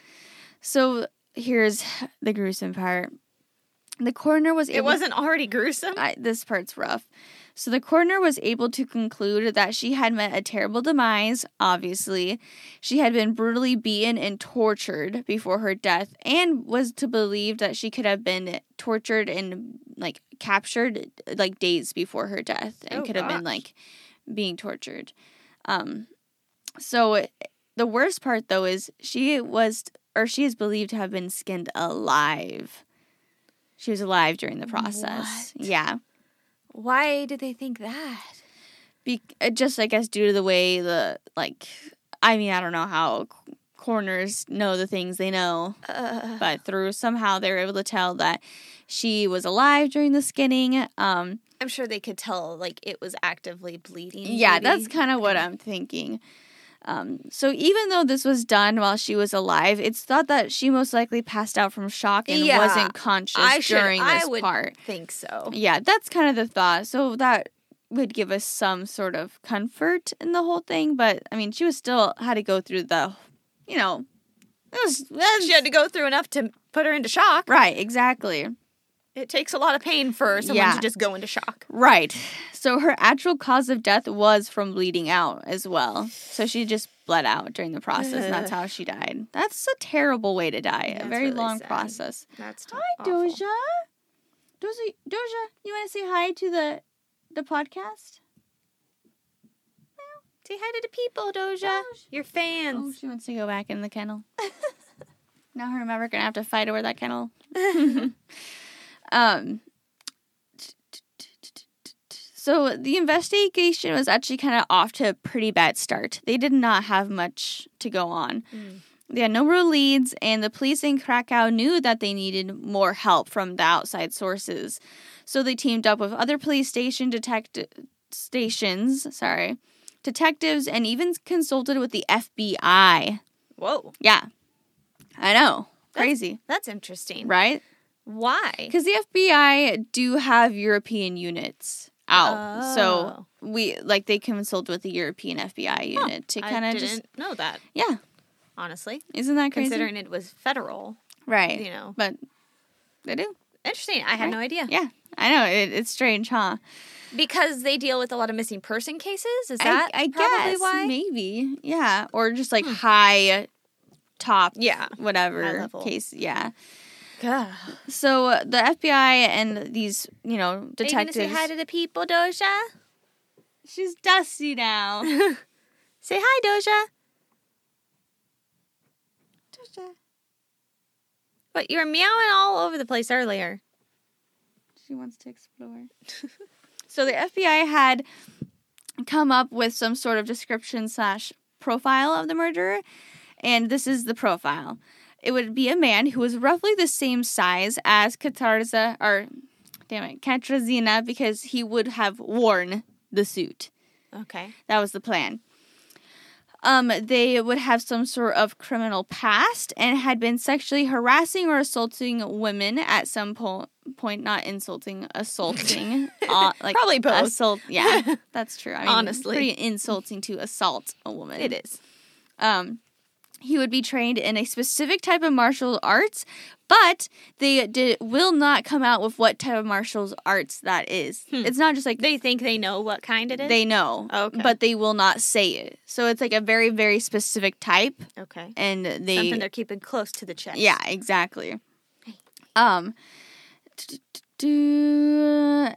Speaker 2: So, here's [SIGHS] the gruesome part. The coroner was
Speaker 1: It
Speaker 2: able
Speaker 1: wasn't already gruesome.
Speaker 2: I, this part's rough. So the coroner was able to conclude that she had met a terrible demise, obviously. She had been brutally beaten and tortured before her death and was to believe that she could have been tortured and like captured like days before her death and
Speaker 1: Oh,
Speaker 2: could have been
Speaker 1: gosh.
Speaker 2: like being tortured. Um so the worst part though is she was or she is believed to have been skinned alive. She was alive during the process.
Speaker 1: What?
Speaker 2: Yeah.
Speaker 1: Why did they think that?
Speaker 2: Be- uh, just I guess due to the way the like, I mean I don't know how c- coroners know the things they know,
Speaker 1: Uh, [SIGHS]
Speaker 2: but through somehow they were able to tell that she was alive during the skinning. Um,
Speaker 1: I'm sure they could tell like it was actively bleeding.
Speaker 2: yeah,
Speaker 1: maybe.
Speaker 2: that's kind of what I'm thinking. Um, so even though this was done while she was alive, it's thought that she most likely passed out from shock and
Speaker 1: Yeah,
Speaker 2: wasn't conscious
Speaker 1: I should-
Speaker 2: during
Speaker 1: I
Speaker 2: this
Speaker 1: would-
Speaker 2: part.
Speaker 1: think so.
Speaker 2: Yeah, that's kind of the thought. So that would give us some sort of comfort in the whole thing. But I mean, she was still had to go through the, you know, it was that's-
Speaker 1: She had to go through enough to put her into shock.
Speaker 2: right, exactly,
Speaker 1: It takes a lot of pain for someone
Speaker 2: Yeah.
Speaker 1: to just go into shock.
Speaker 2: right. So her actual cause of death was from bleeding out as well. So she just bled out during the process, and [SIGHS] that's how she died. That's a terrible way to die.
Speaker 1: That's
Speaker 2: a very
Speaker 1: really
Speaker 2: long
Speaker 1: sad.
Speaker 2: process.
Speaker 1: That's
Speaker 2: Hi, Doja. Doja, Doja, you want to say hi to the the podcast?
Speaker 1: Say hi to the people, Doja. Your
Speaker 2: Oh,
Speaker 1: fans.
Speaker 2: she wants to go back in the kennel. now her and Maverick are gonna have to fight over that kennel. um. So the investigation was actually kind of off to a pretty bad start. They did not have much to go on.
Speaker 1: Mm.
Speaker 2: They had no real leads, and the police in Krakow knew that they needed more help from the outside sources. So they teamed up with other police station detect stations, sorry, detectives, and even consulted with the FBI.
Speaker 1: Whoa,
Speaker 2: Yeah, I know, crazy,
Speaker 1: that's interesting.
Speaker 2: right?
Speaker 1: Why?
Speaker 2: Because the FBI do have European units out, so we like they consult with the European FBI
Speaker 1: Oh. Huh,
Speaker 2: unit to
Speaker 1: I
Speaker 2: kind of
Speaker 1: didn't
Speaker 2: just
Speaker 1: know that.
Speaker 2: yeah.
Speaker 1: Honestly,
Speaker 2: Isn't that crazy?
Speaker 1: considering it was federal.
Speaker 2: Right.
Speaker 1: you know.
Speaker 2: But they do.
Speaker 1: Interesting. I had no idea.
Speaker 2: Yeah. I know. It, it's strange, huh?
Speaker 1: Because they deal with a lot of missing person cases. Is that
Speaker 2: I, I
Speaker 1: probably
Speaker 2: guess.
Speaker 1: why? Hmm.
Speaker 2: Maybe. Yeah. Or just like high top.
Speaker 1: Yeah. High
Speaker 2: Whatever
Speaker 1: level.
Speaker 2: case. Yeah.
Speaker 1: Gah.
Speaker 2: So uh, the FBI and these, you know,
Speaker 1: Are you gonna
Speaker 2: detectives.
Speaker 1: say hi to the people, Doja?
Speaker 2: She's dusty now.
Speaker 1: [LAUGHS]
Speaker 2: [LAUGHS]
Speaker 1: Say hi, Doja. But you were meowing all over the place earlier.
Speaker 2: She wants to explore. [LAUGHS] so the FBI had come up with some sort of description slash profile of the murderer, and this is the profile. It would be a man who was roughly the same size as Katarza or damn it, Katrazina because he would have worn the suit.
Speaker 1: Okay.
Speaker 2: That was the plan. Um, they would have some sort of criminal past and had been sexually harassing or assaulting women at some po- point. Not insulting,
Speaker 1: [LAUGHS]
Speaker 2: assaulting. uh, like
Speaker 1: Probably both.
Speaker 2: Assault.
Speaker 1: [LAUGHS]
Speaker 2: Yeah, that's true. I mean,
Speaker 1: Honestly.
Speaker 2: pretty insulting to assault a woman.
Speaker 1: It is.
Speaker 2: Um, he would be trained in a specific type of martial arts, but they did, will not come out with what type of martial arts that is.
Speaker 1: Hmm.
Speaker 2: It's not just like
Speaker 1: They think they know what kind it is.
Speaker 2: they know,
Speaker 1: Oh, Okay.
Speaker 2: but they will not say it. So it's like a very, very specific type,
Speaker 1: okay.
Speaker 2: and they,
Speaker 1: Something they're keeping close to the chest.
Speaker 2: yeah, exactly. Um, t- t- t-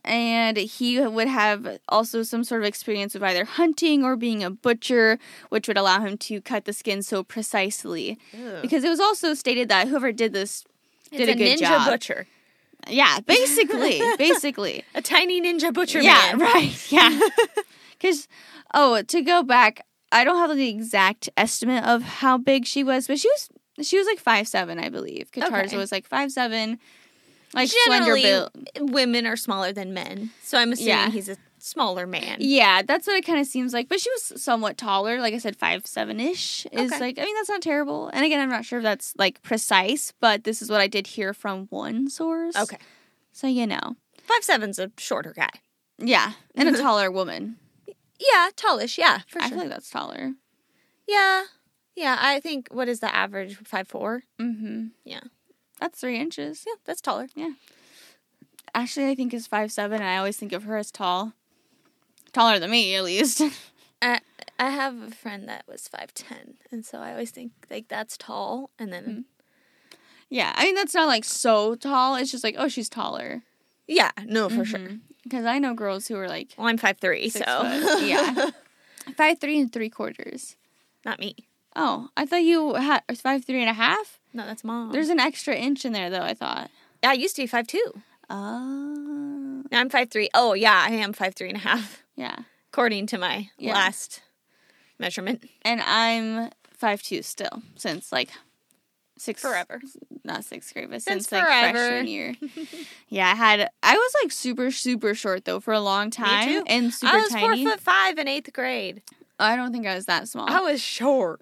Speaker 2: and he would have also some sort of experience of either hunting or being a butcher, which would allow him to cut the skin so precisely.
Speaker 1: Ew.
Speaker 2: Because it was also stated that whoever did this did
Speaker 1: it's
Speaker 2: a good
Speaker 1: ninja
Speaker 2: job.
Speaker 1: butcher.
Speaker 2: Yeah, basically,
Speaker 1: [LAUGHS]
Speaker 2: basically.
Speaker 1: A tiny ninja butcher
Speaker 2: yeah, [LAUGHS]
Speaker 1: man.
Speaker 2: right. Yeah.
Speaker 1: [LAUGHS]
Speaker 2: Because, oh, to go back, I don't have the exact estimate of how big she was, but she was she was like five seven, I believe. Katarza
Speaker 1: Okay.
Speaker 2: was like five seven, like
Speaker 1: Generally,
Speaker 2: slender build.
Speaker 1: women are smaller than men, so I'm assuming
Speaker 2: Yeah.
Speaker 1: he's a smaller man.
Speaker 2: Yeah, that's what it kind of seems like. But she was somewhat taller, like I said, five seven ish is
Speaker 1: Okay.
Speaker 2: like. I mean, that's not terrible. And again, I'm not sure if that's like precise, but this is what I did hear from one source.
Speaker 1: Okay,
Speaker 2: so you know,
Speaker 1: five seven's a shorter guy.
Speaker 2: yeah, and a
Speaker 1: [LAUGHS]
Speaker 2: taller woman.
Speaker 1: Yeah, tallish. Yeah, for
Speaker 2: I
Speaker 1: sure.
Speaker 2: feel like that's taller.
Speaker 1: yeah, yeah. I think what is the average? Five four.
Speaker 2: Mm-hmm.
Speaker 1: Yeah.
Speaker 2: that's three inches.
Speaker 1: Yeah, that's taller.
Speaker 2: Ashley, I think, is five seven, and I always think of her as tall, taller than me at least. [LAUGHS]
Speaker 1: I I have a friend that was five ten, and so I always think like that's tall, and then
Speaker 2: Mm-hmm. yeah, I mean that's not like so tall. It's just like oh, she's taller
Speaker 1: yeah, no, for sure.
Speaker 2: because I know girls who are [LAUGHS] like
Speaker 1: Well, I'm five three, so
Speaker 2: Mm-hmm. six foot. yeah, [LAUGHS] five three and three quarters.
Speaker 1: [LAUGHS] not me.
Speaker 2: Oh, I thought you had or five three and a half.
Speaker 1: No, that's mom.
Speaker 2: There's an extra inch in there though. I thought.
Speaker 1: I used to be five two.
Speaker 2: Oh,
Speaker 1: Now I'm five three. Oh yeah, I am five three and a half, [LAUGHS]
Speaker 2: yeah,
Speaker 1: according to my
Speaker 2: Yeah.
Speaker 1: last measurement.
Speaker 2: and I'm five two still since like six not sixth grade, but
Speaker 1: Since
Speaker 2: since, like
Speaker 1: forever. [LAUGHS]
Speaker 2: freshman year. yeah, I had I was like super super short though for a long time
Speaker 1: too.
Speaker 2: and super
Speaker 1: I was
Speaker 2: tiny.
Speaker 1: four foot five in eighth grade. Oh.
Speaker 2: I don't think I was that small. I
Speaker 1: I was short.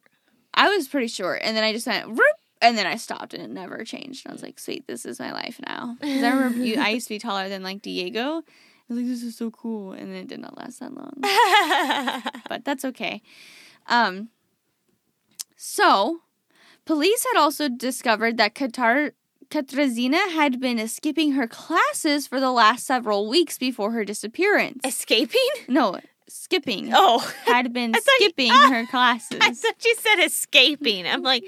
Speaker 2: was pretty short, and then I just went. "Roop," And then I stopped and it never changed. And I was like, sweet, this is my life now. Because I remember you, I used to be taller than like Diego. I was like, this is so cool. And then it did not last that long. but that's okay. Um, so, police had also discovered that Katar Katrazina had been skipping her classes for the last several weeks before her disappearance.
Speaker 1: [LAUGHS] Escaping?
Speaker 2: no, skipping
Speaker 1: Oh, [LAUGHS]
Speaker 2: had been
Speaker 1: I thought you-
Speaker 2: skipping her classes.
Speaker 1: I thought you said escaping. I'm
Speaker 2: [LAUGHS]
Speaker 1: like,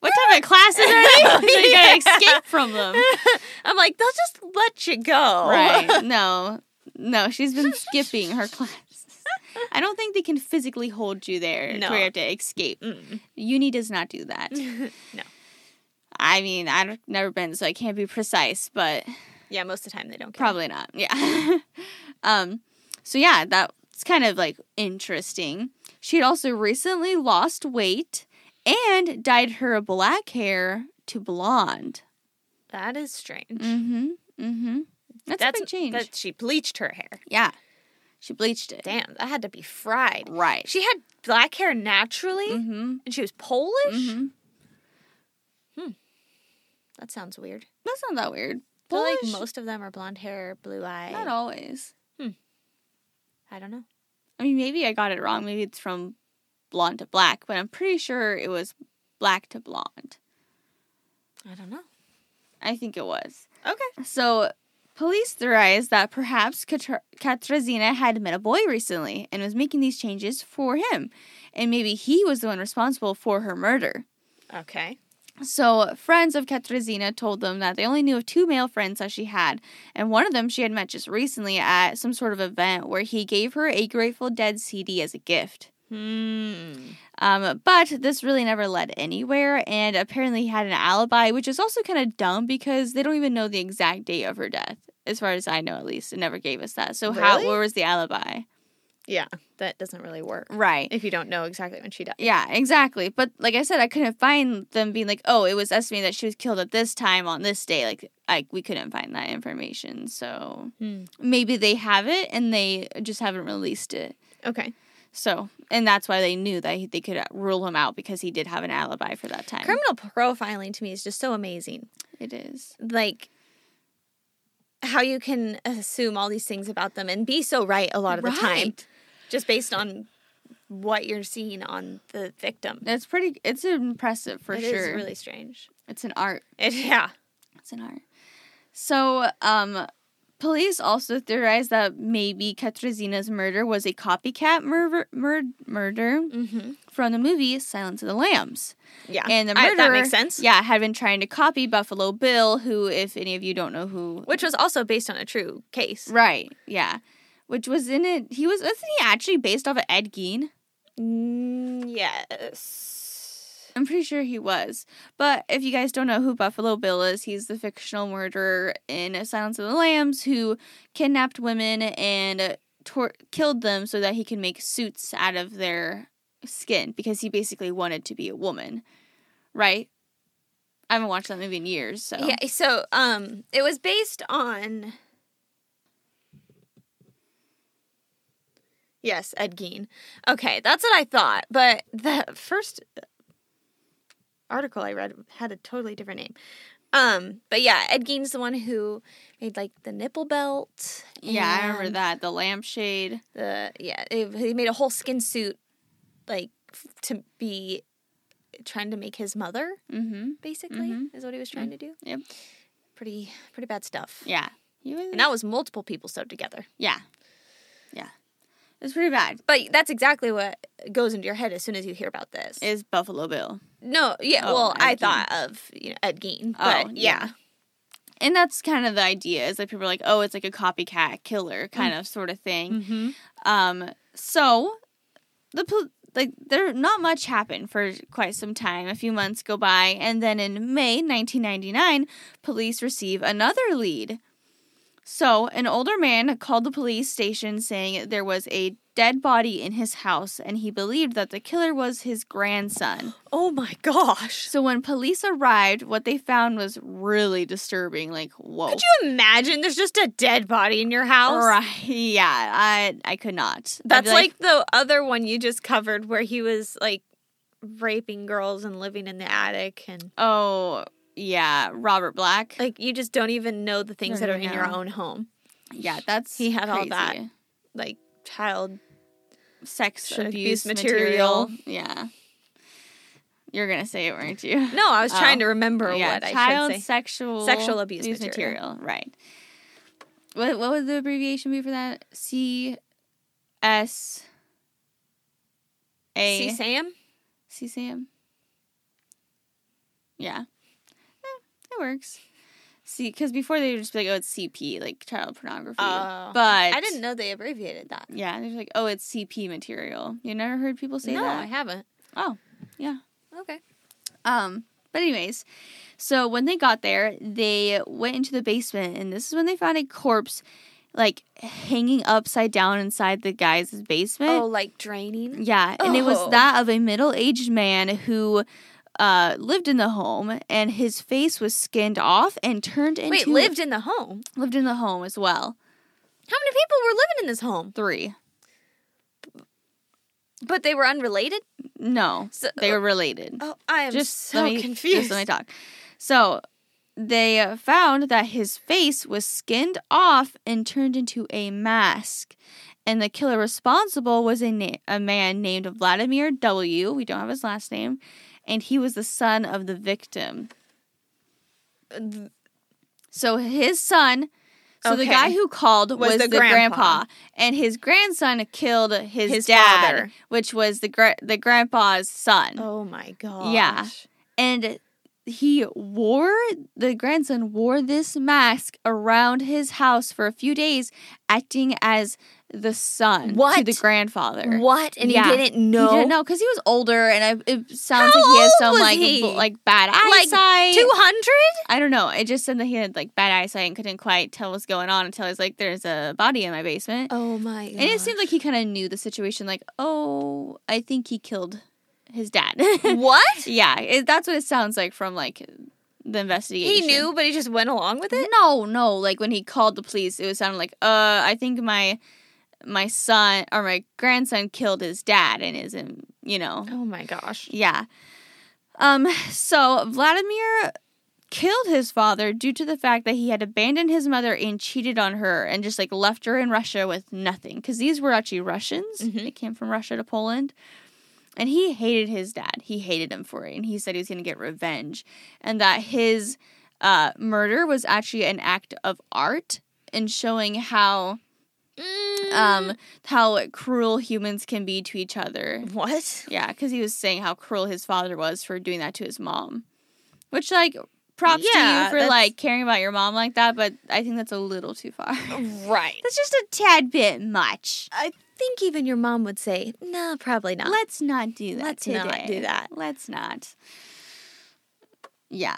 Speaker 2: what type of classes
Speaker 1: [LAUGHS]
Speaker 2: are they? you gotta
Speaker 1: Yeah.
Speaker 2: escape from them, [LAUGHS]
Speaker 1: I'm like, they'll just let you go. [LAUGHS]
Speaker 2: right? No, no, she's been skipping her classes. I don't think they can physically hold you there to
Speaker 1: No. Mm-hmm.
Speaker 2: where you have to escape. [LAUGHS]
Speaker 1: Mm.
Speaker 2: Uni does not do that.
Speaker 1: No.
Speaker 2: I mean, I've never been, so I can't be precise, but
Speaker 1: Yeah, most of the time they don't. Care.
Speaker 2: probably not. Yeah. [LAUGHS] um, so yeah, that's kind of like interesting. She had also recently lost weight and dyed her black hair to blonde.
Speaker 1: That is strange.
Speaker 2: Mm-hmm. Mm-hmm. That's, a big change.
Speaker 1: That she bleached her hair.
Speaker 2: yeah. She bleached it.
Speaker 1: Damn, that had to be fried.
Speaker 2: Right.
Speaker 1: She had black hair naturally,
Speaker 2: Mm-hmm.
Speaker 1: and she was Polish.
Speaker 2: Mm-hmm.
Speaker 1: That sounds weird.
Speaker 2: That's not that weird.
Speaker 1: But like
Speaker 2: Polish-
Speaker 1: most of them are blonde hair, blue eye.
Speaker 2: not always.
Speaker 1: I don't know.
Speaker 2: I mean, maybe I got it wrong. Maybe it's from blonde to black, but I'm pretty sure it was black to blonde.
Speaker 1: I don't know.
Speaker 2: I think it was.
Speaker 1: Okay.
Speaker 2: So, police theorized that perhaps Katr- Katrazina had met a boy recently and was making these changes for him, and maybe he was the one responsible for her murder.
Speaker 1: Okay.
Speaker 2: So, friends of Katrazina told them that they only knew of two male friends that she had, and one of them she had met just recently at some sort of event where he gave her a Grateful Dead CD as a gift.
Speaker 1: Hmm.
Speaker 2: Um, but this really never led anywhere, and apparently he had an alibi, which is also kind of dumb because they don't even know the exact date of her death, as far as I know, at least. It never gave us that. So, how
Speaker 1: Really?
Speaker 2: where was the alibi?
Speaker 1: Yeah, that doesn't really work
Speaker 2: Right.
Speaker 1: if you don't know exactly when she died.
Speaker 2: Yeah, exactly. But like I said, I couldn't find them being like, oh, it was estimated that she was killed at this time on this day. Like, I we couldn't find that information. So
Speaker 1: Hmm.
Speaker 2: maybe they have it and they just haven't released it.
Speaker 1: Okay.
Speaker 2: So, and that's why they knew that he- they could rule him out because he did have an alibi for that time.
Speaker 1: Criminal profiling to me is just so amazing.
Speaker 2: it is.
Speaker 1: Like how you can assume all these things about them and be so right a lot of the time
Speaker 2: Right.
Speaker 1: just based on what you're seeing on the victim.
Speaker 2: It's pretty, it's impressive for
Speaker 1: It is
Speaker 2: sure.
Speaker 1: really strange. [LAUGHS]
Speaker 2: it's an art.
Speaker 1: It, yeah.
Speaker 2: It's an art. So, um, police also theorized that maybe Katrazina's murder was a copycat murder, murder, murder
Speaker 1: Mm-hmm.
Speaker 2: from the movie Silence of the Lambs.
Speaker 1: Yeah.
Speaker 2: And the
Speaker 1: I-
Speaker 2: murderer,
Speaker 1: that makes sense.
Speaker 2: Yeah, had been trying to copy Buffalo Bill, who, if any of you don't know who,
Speaker 1: Which was also based on a true case.
Speaker 2: right, yeah, which was in it. He was isn't he actually based off of Ed Gein?
Speaker 1: Mm, yes.
Speaker 2: I'm pretty sure he was. But if you guys don't know who Buffalo Bill is, he's the fictional murderer in Silence of the Lambs who kidnapped women and tor- killed them so that he could make suits out of their skin because he basically wanted to be a woman, right? I haven't watched that movie in years, so
Speaker 1: Yeah, so um it was based on Yes, Ed Gein. Okay, that's what I thought, but the first article I read had a totally different name. Um, but yeah, Ed Gein's the one who made like the nipple belt.
Speaker 2: yeah, I remember
Speaker 1: and
Speaker 2: that the lampshade.
Speaker 1: The yeah, it, he made a whole skin suit like f- to be trying to make his mother
Speaker 2: Mm-hmm.
Speaker 1: basically
Speaker 2: Mhm.
Speaker 1: is what he was trying to do.
Speaker 2: Yep.
Speaker 1: Pretty pretty bad stuff.
Speaker 2: Yeah, he was.
Speaker 1: And that was multiple people sewed together.
Speaker 2: yeah, yeah, it's pretty bad.
Speaker 1: But that's exactly what goes into your head as soon as you hear about this.
Speaker 2: Is Buffalo Bill?
Speaker 1: no, yeah,
Speaker 2: Oh,
Speaker 1: well,
Speaker 2: Ed
Speaker 1: I
Speaker 2: Gein. Oh,
Speaker 1: thought of you know Ed Gein, but Oh, yeah.
Speaker 2: yeah. and that's kind of the idea is that people are like oh it's like a copycat killer kind of sort of thing
Speaker 1: Mm-hmm.
Speaker 2: um so the pol- like there not much happened for quite some time a few months go by and then in may 1999 police receive another lead so an older man called the police station saying there was a dead body in his house and he believed that the killer was his grandson
Speaker 1: Oh my gosh!
Speaker 2: so when police arrived what they found was really disturbing like whoa
Speaker 1: Could you imagine? There's just a dead body in your house.
Speaker 2: Right. [LAUGHS] Yeah, I I could not. I'd
Speaker 1: That's
Speaker 2: be
Speaker 1: like, the other one you just covered, where he was like raping girls and living in the attic, and
Speaker 2: oh yeah, Robert Black.
Speaker 1: like you just don't even know the things that
Speaker 2: Don't
Speaker 1: are in your
Speaker 2: know.
Speaker 1: own home,
Speaker 2: yeah, that's
Speaker 1: he had all that
Speaker 2: crazy.
Speaker 1: like child.
Speaker 2: sex
Speaker 1: Sh-
Speaker 2: abuse,
Speaker 1: abuse
Speaker 2: material. Yeah, you're gonna say it, weren't
Speaker 1: [LAUGHS]
Speaker 2: you?
Speaker 1: No, I was
Speaker 2: Oh.
Speaker 1: trying to remember
Speaker 2: yeah,
Speaker 1: what
Speaker 2: child
Speaker 1: I should say.
Speaker 2: sexual
Speaker 1: Sexual abuse material.
Speaker 2: Right. What what would the abbreviation be for that? C S
Speaker 1: See,
Speaker 2: A
Speaker 1: Sam.
Speaker 2: See Sam? Yeah. Eh, it works. See, because before they would just be like, oh, it's CP, like child pornography.
Speaker 1: Oh.
Speaker 2: but
Speaker 1: I didn't know they abbreviated that.
Speaker 2: Yeah, they're just like, oh, it's CP material. You never heard people say
Speaker 1: no, I
Speaker 2: that.
Speaker 1: haven't.
Speaker 2: Oh, yeah.
Speaker 1: Okay.
Speaker 2: Um, but anyways, so when they got there, they went into the basement, and this is when they found a corpse, like hanging upside down inside the guy's basement.
Speaker 1: Oh, like draining.
Speaker 2: Yeah, and it was
Speaker 1: Oh.
Speaker 2: that of a middle aged man who uh, lived in the home, and his face was skinned off and turned into
Speaker 1: Wait, lived in the home.
Speaker 2: lived in the home as well.
Speaker 1: How many people were living in this home?
Speaker 2: Three,
Speaker 1: But they were unrelated.
Speaker 2: no,
Speaker 1: So-
Speaker 2: they were related.
Speaker 1: Oh, I am
Speaker 2: just
Speaker 1: so
Speaker 2: let me,
Speaker 1: confused.
Speaker 2: Just let me talk. So they uh, found that his face was skinned off and turned into a mask. And the killer responsible was a, na- a man named Vladimir W. We don't have his last name. And he was the son of the victim. So his son, so the
Speaker 1: Okay.
Speaker 2: guy who called was, the, grandpa. and his grandson killed his,
Speaker 1: His
Speaker 2: dad,
Speaker 1: father.
Speaker 2: which was the gra- the grandpa's son.
Speaker 1: Oh my gosh.
Speaker 2: Yeah. And he wore the grandson wore this mask around his house for a few days, acting as the son to
Speaker 1: What?
Speaker 2: the grandfather.
Speaker 1: What? And
Speaker 2: Yeah.
Speaker 1: he didn't know.
Speaker 2: He didn't know because he was older, and I, it sounds
Speaker 1: How
Speaker 2: like he has
Speaker 1: old
Speaker 2: some
Speaker 1: was
Speaker 2: like
Speaker 1: he?
Speaker 2: bl- like bad
Speaker 1: Like,
Speaker 2: eyesight.
Speaker 1: Two hundred?
Speaker 2: I don't know. It just said that he had like bad eyesight and couldn't quite tell what's going on until he's like, "There's a body in my basement,"
Speaker 1: Oh my.
Speaker 2: and it seemed like he kind of knew the situation. Like, oh, I think he killed his dad. [LAUGHS]
Speaker 1: what?
Speaker 2: yeah, it, that's what it sounds like from like the investigation.
Speaker 1: He knew, but he just went along with it.
Speaker 2: No, no. Like when he called the police, it was sounding like, "Uh, I think my my son or my grandson killed his dad and isn't you know."
Speaker 1: Oh my gosh.
Speaker 2: Yeah. Um, so Vladimir killed his father due to the fact that he had abandoned his mother and cheated on her and just like left her in Russia with nothing. Because these were actually Russians.
Speaker 1: Mhm.
Speaker 2: They came from Russia to Poland. And he hated his dad. He hated him for it. And he said he was going to get revenge. And that his uh, murder was actually an act of art and showing how um, how cruel humans can be to each other.
Speaker 1: Mm, What?
Speaker 2: Yeah, because he was saying how cruel his father was for doing that to his mom. Which, like, props to
Speaker 1: Yeah,
Speaker 2: you for,
Speaker 1: that's-
Speaker 2: like, caring about your mom like that, but I think that's a little too far.
Speaker 1: Right.
Speaker 2: [LAUGHS] That's just a tad bit much.
Speaker 1: I think even your mom would say, "Nah, probably not."
Speaker 2: Let's not do that.
Speaker 1: Let's not
Speaker 2: today.
Speaker 1: do that.
Speaker 2: Let's not. Yeah.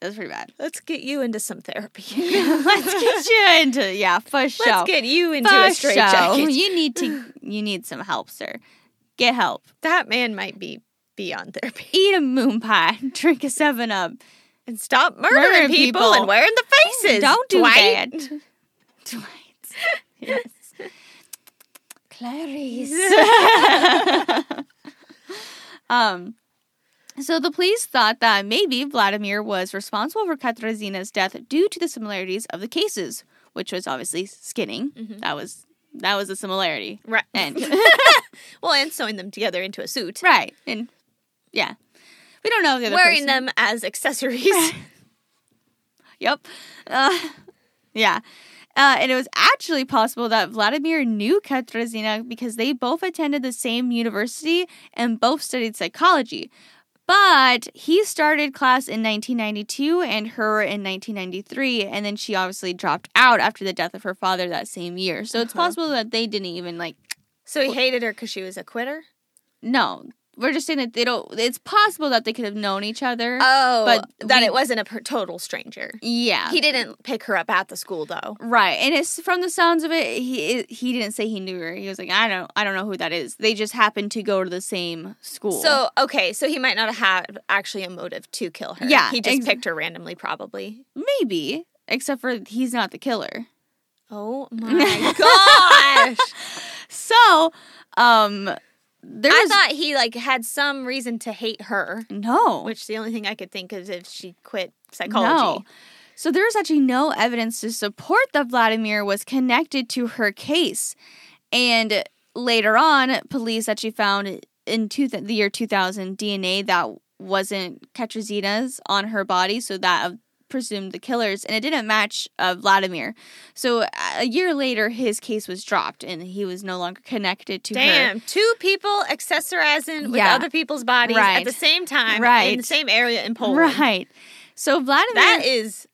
Speaker 2: That's pretty bad. [LAUGHS]
Speaker 1: Let's get you into some therapy.
Speaker 2: Let's get you into yeah, for sure.
Speaker 1: Let's get you into a straight
Speaker 2: [LAUGHS] You need to you need some help, sir. Get help.
Speaker 1: That man might be beyond therapy.
Speaker 2: Eat a moon pie. [LAUGHS] Drink a seven up.
Speaker 1: And stop murdering,
Speaker 2: Murdering
Speaker 1: people,
Speaker 2: people.
Speaker 1: and wearing the faces.
Speaker 2: Don't do
Speaker 1: Dwight.
Speaker 2: that. [LAUGHS] Dwight. Yes. Clarice. [LAUGHS] um, so the police thought that maybe Vladimir was responsible for Katrazina's death due to the similarities of the cases, which was obviously skinning.
Speaker 1: Mhm.
Speaker 2: That was that was a similarity.
Speaker 1: [LAUGHS] Right. [LAUGHS]
Speaker 2: And [LAUGHS]
Speaker 1: well, and sewing them together into a suit.
Speaker 2: right. And yeah. We don't know the other
Speaker 1: Wearing
Speaker 2: person.
Speaker 1: them as accessories.
Speaker 2: Yep. Uh, [LAUGHS] yeah. Uh, and it was actually possible that Vladimir knew Katrazina because they both attended the same university and both studied psychology. But he started class in 1992 and her in 1993, and then she obviously dropped out after the death of her father that same year. So it's
Speaker 1: Uh-huh.
Speaker 2: possible that they didn't even like.
Speaker 1: so he hated her because she was a quitter.
Speaker 2: No, we're just saying that they don't. It's possible that they could have known each other.
Speaker 1: Oh,
Speaker 2: But
Speaker 1: but that
Speaker 2: we-
Speaker 1: it wasn't a per- total stranger.
Speaker 2: yeah,
Speaker 1: He didn't pick her up at the school though.
Speaker 2: Right, and it's from the sounds of it, he he didn't say he knew her. He was like, I don't, I don't know who that is. They just happened to go to the same school.
Speaker 1: So okay, so he might not have had actually a motive to kill her.
Speaker 2: Yeah,
Speaker 1: he just
Speaker 2: ex-
Speaker 1: picked her randomly, probably.
Speaker 2: maybe, except for he's not the killer. [LAUGHS]
Speaker 1: Oh my gosh!
Speaker 2: So, um, there
Speaker 1: I
Speaker 2: was
Speaker 1: thought he like had some reason to hate her,
Speaker 2: no,
Speaker 1: which the only thing I could think is if she quit
Speaker 2: no.
Speaker 1: psychology.
Speaker 2: So there was actually no evidence to support that Vladimir was connected to her case, and later on, police actually found in two the year 2000 DNA that wasn't Katrazina's on her body, so that of presumed the killers, and it didn't match uh, Vladimir. So uh, a year later, his case was dropped, and he was no longer connected to her.
Speaker 1: Damn, two people accessorizing with
Speaker 2: Yeah.
Speaker 1: other people's bodies
Speaker 2: Right.
Speaker 1: at the same time in
Speaker 2: Right.
Speaker 1: the same area in Poland.
Speaker 2: Right. So Vladimir
Speaker 1: That is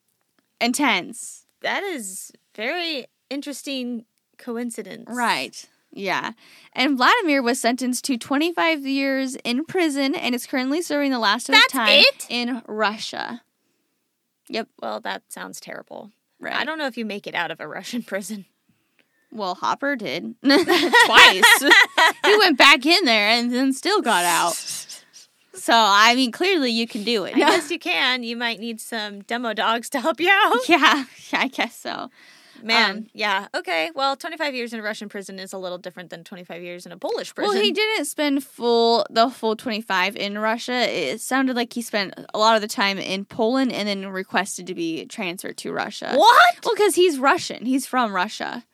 Speaker 2: intense.
Speaker 1: that is very interesting coincidence.
Speaker 2: Right. Yeah. And Vladimir was sentenced to 25 years in prison and is currently serving the last of his
Speaker 1: That's
Speaker 2: time
Speaker 1: it?
Speaker 2: in Russia.
Speaker 1: Well, that sounds terrible.
Speaker 2: Right.
Speaker 1: I don't know if you make it out of a [LAUGHS]
Speaker 2: [LAUGHS]
Speaker 1: Russian prison.
Speaker 2: well, Hopper
Speaker 1: [LAUGHS]
Speaker 2: did [LAUGHS] twice. he went back in there and then still got out. So, I mean, clearly you can do it. [LAUGHS]
Speaker 1: I guess you can. You might need some demo dogs to help you out.
Speaker 2: yeah, [LAUGHS] I guess so.
Speaker 1: Man,
Speaker 2: Um,
Speaker 1: yeah. Okay. Well, 25 years in a Russian prison is a little different than 25 years in a Polish prison.
Speaker 2: Well, he didn't spend full the full 25 in Russia. It sounded like he spent a lot of the time in Poland and then requested to be transferred to Russia.
Speaker 1: What?
Speaker 2: Well, because he's Russian. He's from Russia.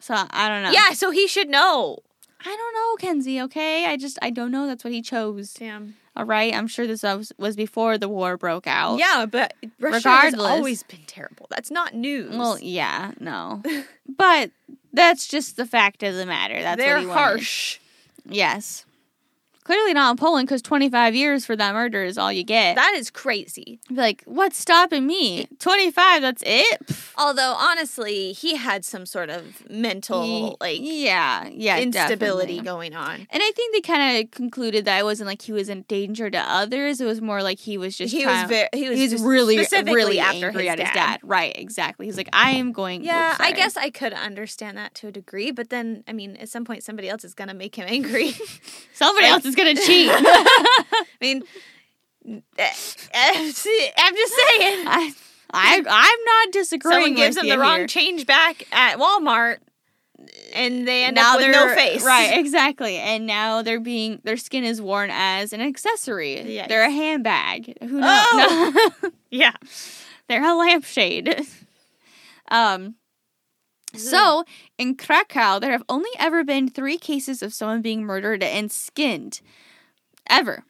Speaker 2: So I don't know.
Speaker 1: Yeah, so he should know.
Speaker 2: I don't know, Kenzie. Okay, I just I don't know. That's what he chose.
Speaker 1: Damn.
Speaker 2: All right, I'm sure this was, was before the war broke out.
Speaker 1: Yeah, but Russia
Speaker 2: Regardless.
Speaker 1: has always been terrible. That's not news.
Speaker 2: Well, yeah,
Speaker 1: [LAUGHS]
Speaker 2: no, but that's just the fact of the matter. That's
Speaker 1: they're
Speaker 2: what he wanted.
Speaker 1: harsh.
Speaker 2: Yes, clearly not in Poland because 25 years for that murder is all you get.
Speaker 1: That is crazy.
Speaker 2: Be like, what's stopping me? 25, that's it. Pff,
Speaker 1: Although honestly, he had some sort of mental like
Speaker 2: yeah, yeah,
Speaker 1: instability
Speaker 2: definitely.
Speaker 1: going on.
Speaker 2: And I think they kind of concluded that it wasn't like he was in danger to others. It was more like he was just
Speaker 1: he,
Speaker 2: trying-
Speaker 1: was very, he was
Speaker 2: he's
Speaker 1: just
Speaker 2: really
Speaker 1: specifically
Speaker 2: really
Speaker 1: after
Speaker 2: angry
Speaker 1: his
Speaker 2: at his
Speaker 1: dad.
Speaker 2: dad. Right, exactly. He's like, I am going.
Speaker 1: Yeah,
Speaker 2: Oops,
Speaker 1: I
Speaker 2: sorry.
Speaker 1: guess I could understand that to a degree, but then I mean, at some point, somebody else is gonna make him angry. [LAUGHS]
Speaker 2: somebody
Speaker 1: I-
Speaker 2: else is gonna
Speaker 1: [LAUGHS]
Speaker 2: cheat.
Speaker 1: I [LAUGHS] mean, eh, eh, see, I'm just saying.
Speaker 2: I, I, I'm not disagreeing.
Speaker 1: Someone gives
Speaker 2: with
Speaker 1: him
Speaker 2: you
Speaker 1: the wrong
Speaker 2: here.
Speaker 1: change back at Walmart, and they end up with
Speaker 2: they're
Speaker 1: no face. [LAUGHS]
Speaker 2: Right, exactly. And now they're being their skin is worn as an accessory.
Speaker 1: Yikes.
Speaker 2: They're a handbag. Who knows?
Speaker 1: Oh!
Speaker 2: No.
Speaker 1: Yeah.
Speaker 2: They're a lampshade. [LAUGHS] um, so in Krakow, there have only ever been three cases of someone being murdered and skinned, ever.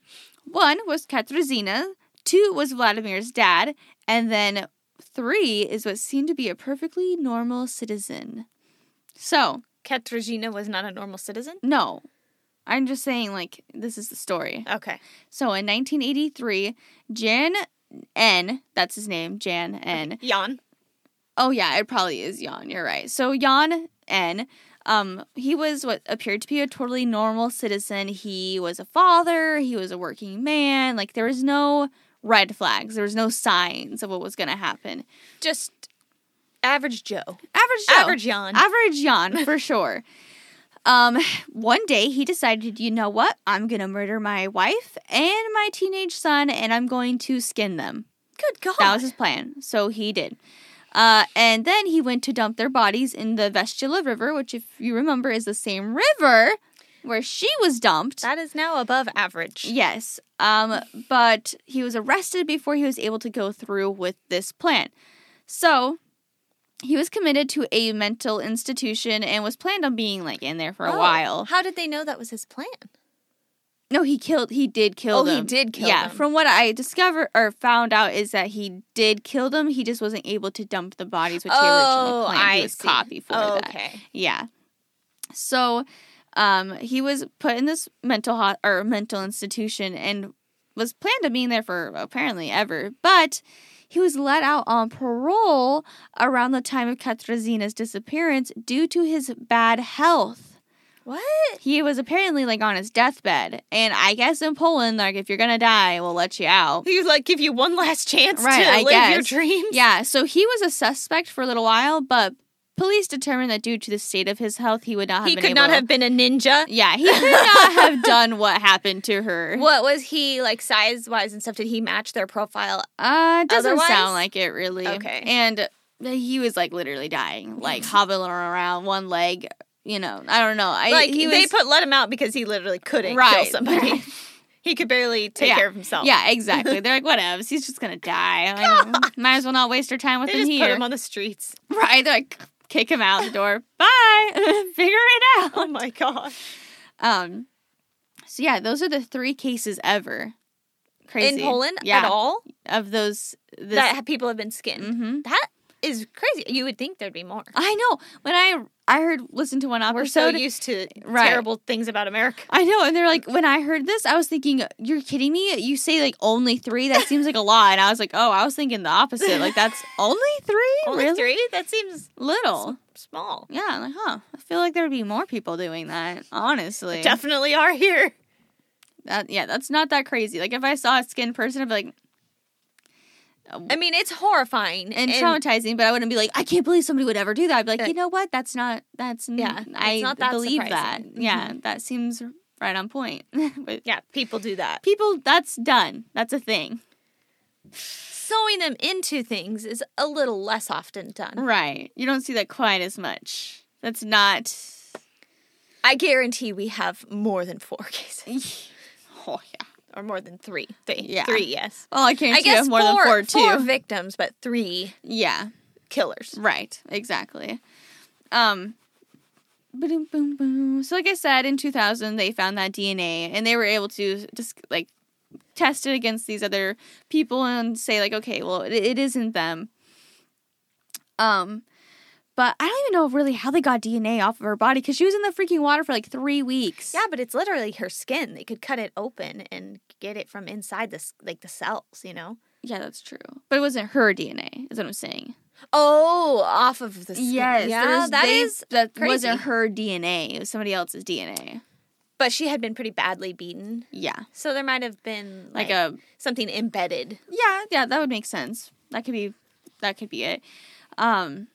Speaker 2: One was Katruzina, two was Vladimir's dad, and then three is what seemed to be a perfectly normal citizen. So
Speaker 1: Katrina was not a normal citizen.
Speaker 2: no, I'm just saying like this is the story.
Speaker 1: Okay.
Speaker 2: So in 1983, Jan N, that's his name, Jan N.
Speaker 1: Jan.
Speaker 2: Oh yeah, it probably is Jan. You're right. So Jan N, um, he was what appeared to be a totally normal citizen. He was a father. He was a working man. Like there was no red flags. There was no signs of what was going to happen.
Speaker 1: Just average Joe.
Speaker 2: Average Joe.
Speaker 1: Average Jan.
Speaker 2: Average Jan
Speaker 1: [LAUGHS]
Speaker 2: for sure. Um, one day he decided, you know what? I'm gonna murder my wife and my teenage son, and I'm going to skin them.
Speaker 1: Good God.
Speaker 2: That was his plan. So he did. Uh, and then he went to dump their bodies in the Vestula River, which, if you remember, is the same river where she was dumped.
Speaker 1: that is now above average.
Speaker 2: Yes. Um, but he was arrested before he was able to go through with this plan. So he was committed to a mental institution and was planned on being like in there for a
Speaker 1: Oh,
Speaker 2: while.
Speaker 1: How did they know that was his plan?
Speaker 2: No, he killed. He did kill
Speaker 1: Oh, he
Speaker 2: them.
Speaker 1: did kill
Speaker 2: yeah,
Speaker 1: them.
Speaker 2: from what I discovered or found out is that he did kill them. He just wasn't able to dump the bodies, which he originally
Speaker 1: Oh,
Speaker 2: planned.
Speaker 1: I
Speaker 2: he was
Speaker 1: see.
Speaker 2: caught before
Speaker 1: Oh,
Speaker 2: that.
Speaker 1: okay.
Speaker 2: Yeah. So, um, he was put in this mental ho- or mental institution and was planned on being there for apparently ever, but he was let out on parole around the time of Katrina's disappearance due to his bad health
Speaker 1: What?
Speaker 2: he was apparently like on his deathbed and i guess in poland like if you're gonna die we'll let you
Speaker 1: [LAUGHS]
Speaker 2: out
Speaker 1: He was like, give you one last chance
Speaker 2: Right,
Speaker 1: to
Speaker 2: I
Speaker 1: live your
Speaker 2: guess.
Speaker 1: dreams.
Speaker 2: yeah so he was a suspect for a little while but police determined that due to the state of his health he would not have
Speaker 1: he
Speaker 2: been
Speaker 1: could not
Speaker 2: able-
Speaker 1: have been a ninja.
Speaker 2: yeah he could not have done what happened to her
Speaker 1: What was he like size wise and stuff? Did he match their profile?
Speaker 2: uh it doesn't
Speaker 1: Otherwise?
Speaker 2: sound like it really
Speaker 1: Okay.
Speaker 2: and uh, he was like literally dying like hobbling around one leg you know i don't know I,
Speaker 1: like
Speaker 2: he was,
Speaker 1: they put let him out because he literally couldn't
Speaker 2: Right. [LAUGHS]
Speaker 1: kill somebody. he could barely take
Speaker 2: Yeah.
Speaker 1: care of himself.
Speaker 2: yeah exactly they're like whatever he's just gonna die I don't know. might as well not waste her time with him
Speaker 1: They just
Speaker 2: here [LAUGHS]
Speaker 1: put him on the streets.
Speaker 2: Right, they're like kick him out the door. Bye. [LAUGHS] Figure it out.
Speaker 1: Oh my gosh.
Speaker 2: Um. So yeah, those are the three cases ever. Crazy
Speaker 1: In Poland
Speaker 2: yeah,
Speaker 1: at all?
Speaker 2: of those. This,
Speaker 1: that people have been skinned.
Speaker 2: Mhm.
Speaker 1: That is crazy. You would think there'd be more.
Speaker 2: I know. When I I heard listen to one episode.
Speaker 1: We're so used to
Speaker 2: Right.
Speaker 1: terrible things about America.
Speaker 2: I know, and they're like, when I heard this, I was thinking, "You're kidding me! You say like only three? That seems like a lot." And I was like, "Oh, I was thinking the opposite. Like that's only three?
Speaker 1: [LAUGHS] Only
Speaker 2: Really?
Speaker 1: three? That seems
Speaker 2: Little?
Speaker 1: small.
Speaker 2: Yeah. I'm like, huh? I feel like there would be more people doing that. Honestly,
Speaker 1: Definitely are here.
Speaker 2: That yeah, that's not that crazy. Like if I saw a skinned person, I'd be like
Speaker 1: I mean, it's horrifying.
Speaker 2: and, traumatizing, but I wouldn't be like, I can't believe somebody would ever do that. I'd be like,
Speaker 1: Uh,
Speaker 2: you know what? That's not that's n-
Speaker 1: yeah, it's
Speaker 2: I
Speaker 1: not that
Speaker 2: believe
Speaker 1: surprising. Mm-hmm.
Speaker 2: that. Yeah, that seems right on point. [LAUGHS] but
Speaker 1: yeah, people do that.
Speaker 2: people, that's done. That's a thing,
Speaker 1: Sewing them into things is a little less often done.
Speaker 2: right? You don't see that quite as much. That's not. [SIGHS]
Speaker 1: I guarantee we have more than four [LAUGHS] cases,
Speaker 2: Oh yeah.
Speaker 1: or more than three. Three,
Speaker 2: Yeah.
Speaker 1: three, yes.
Speaker 2: Oh, I can't
Speaker 1: I
Speaker 2: see I
Speaker 1: guess
Speaker 2: have more
Speaker 1: four,
Speaker 2: than four too.
Speaker 1: four victims, but three
Speaker 2: yeah.
Speaker 1: killers.
Speaker 2: Right, exactly. Um boom boom boom. So like I said in 2000 they found that DNA and they were able to just like test it against these other people and say like, okay, well, it, it isn't them. Um, but I don't even know really how they got DNA off of her body because she was in the freaking water for like three weeks.
Speaker 1: Yeah, but it's literally her skin. They could cut it open and get it from inside this, like the cells, you know?
Speaker 2: yeah, that's true. But it wasn't her DNA. Is what I'm saying.
Speaker 1: Oh, off of the skin. yeah,
Speaker 2: there's-
Speaker 1: that
Speaker 2: they-
Speaker 1: is.
Speaker 2: that
Speaker 1: crazy.
Speaker 2: wasn't her DNA. It was somebody else's DNA.
Speaker 1: But she had been pretty badly beaten,
Speaker 2: Yeah,
Speaker 1: so there might have been
Speaker 2: like
Speaker 1: like,
Speaker 2: a
Speaker 1: something embedded.
Speaker 2: Yeah, yeah, that would make sense. That could be that could be it. Um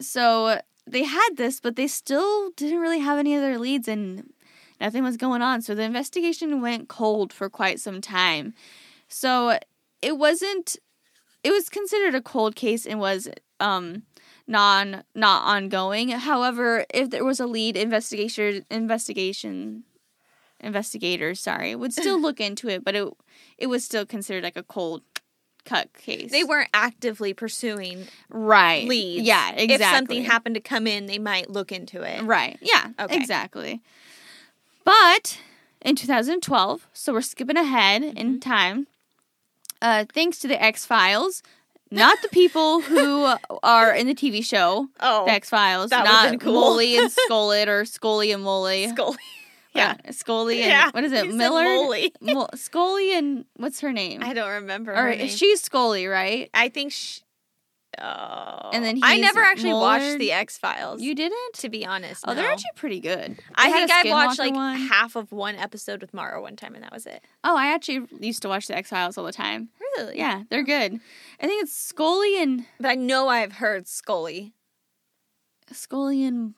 Speaker 2: so they had this, but they still didn't really have any other leads and nothing was going on. So the investigation went cold for quite some time. So it wasn't it was considered a cold case and was um non not ongoing. However, if there was a lead investigator investigation investigator, sorry, would still look into it, but it it was still considered like a cold cut case.
Speaker 1: They weren't actively pursuing
Speaker 2: right
Speaker 1: leads.
Speaker 2: Yeah, exactly.
Speaker 1: If something happened to come in, they might look into it.
Speaker 2: Right. Yeah.
Speaker 1: Okay.
Speaker 2: Exactly. But in 2012, so we're skipping ahead
Speaker 1: Mm-hmm.
Speaker 2: in time. Uh, thanks to the X Files, not the people
Speaker 1: [LAUGHS]
Speaker 2: who are in the TV show.
Speaker 1: Oh,
Speaker 2: The X Files,
Speaker 1: that would've
Speaker 2: not
Speaker 1: been cool.
Speaker 2: Molly
Speaker 1: [LAUGHS]
Speaker 2: and Scully or Scully and Molly.
Speaker 1: Scully.
Speaker 2: [LAUGHS] yeah, Scully and
Speaker 1: [LAUGHS]
Speaker 2: what is it,
Speaker 1: You said
Speaker 2: Miller?
Speaker 1: Molly.
Speaker 2: Mo- Scully and what's her name?
Speaker 1: I don't remember.
Speaker 2: or
Speaker 1: her name.
Speaker 2: she's Scully, right?
Speaker 1: I think she. Oh.
Speaker 2: And then
Speaker 1: I
Speaker 2: he's
Speaker 1: never actually watched
Speaker 2: Mueller.
Speaker 1: the X Files.
Speaker 2: You didn't?
Speaker 1: to be honest.
Speaker 2: Oh, they're
Speaker 1: no.
Speaker 2: actually pretty good.
Speaker 1: I
Speaker 2: They had
Speaker 1: think
Speaker 2: a
Speaker 1: I
Speaker 2: Skinwalker
Speaker 1: watched like
Speaker 2: one.
Speaker 1: half of one episode with Mara one time, and that was it.
Speaker 2: Oh, I actually used to watch The X Files all the time.
Speaker 1: Really? Yeah.
Speaker 2: Yeah, they're good. I think it's Scully and
Speaker 1: But I know I've heard Scully.
Speaker 2: Scully and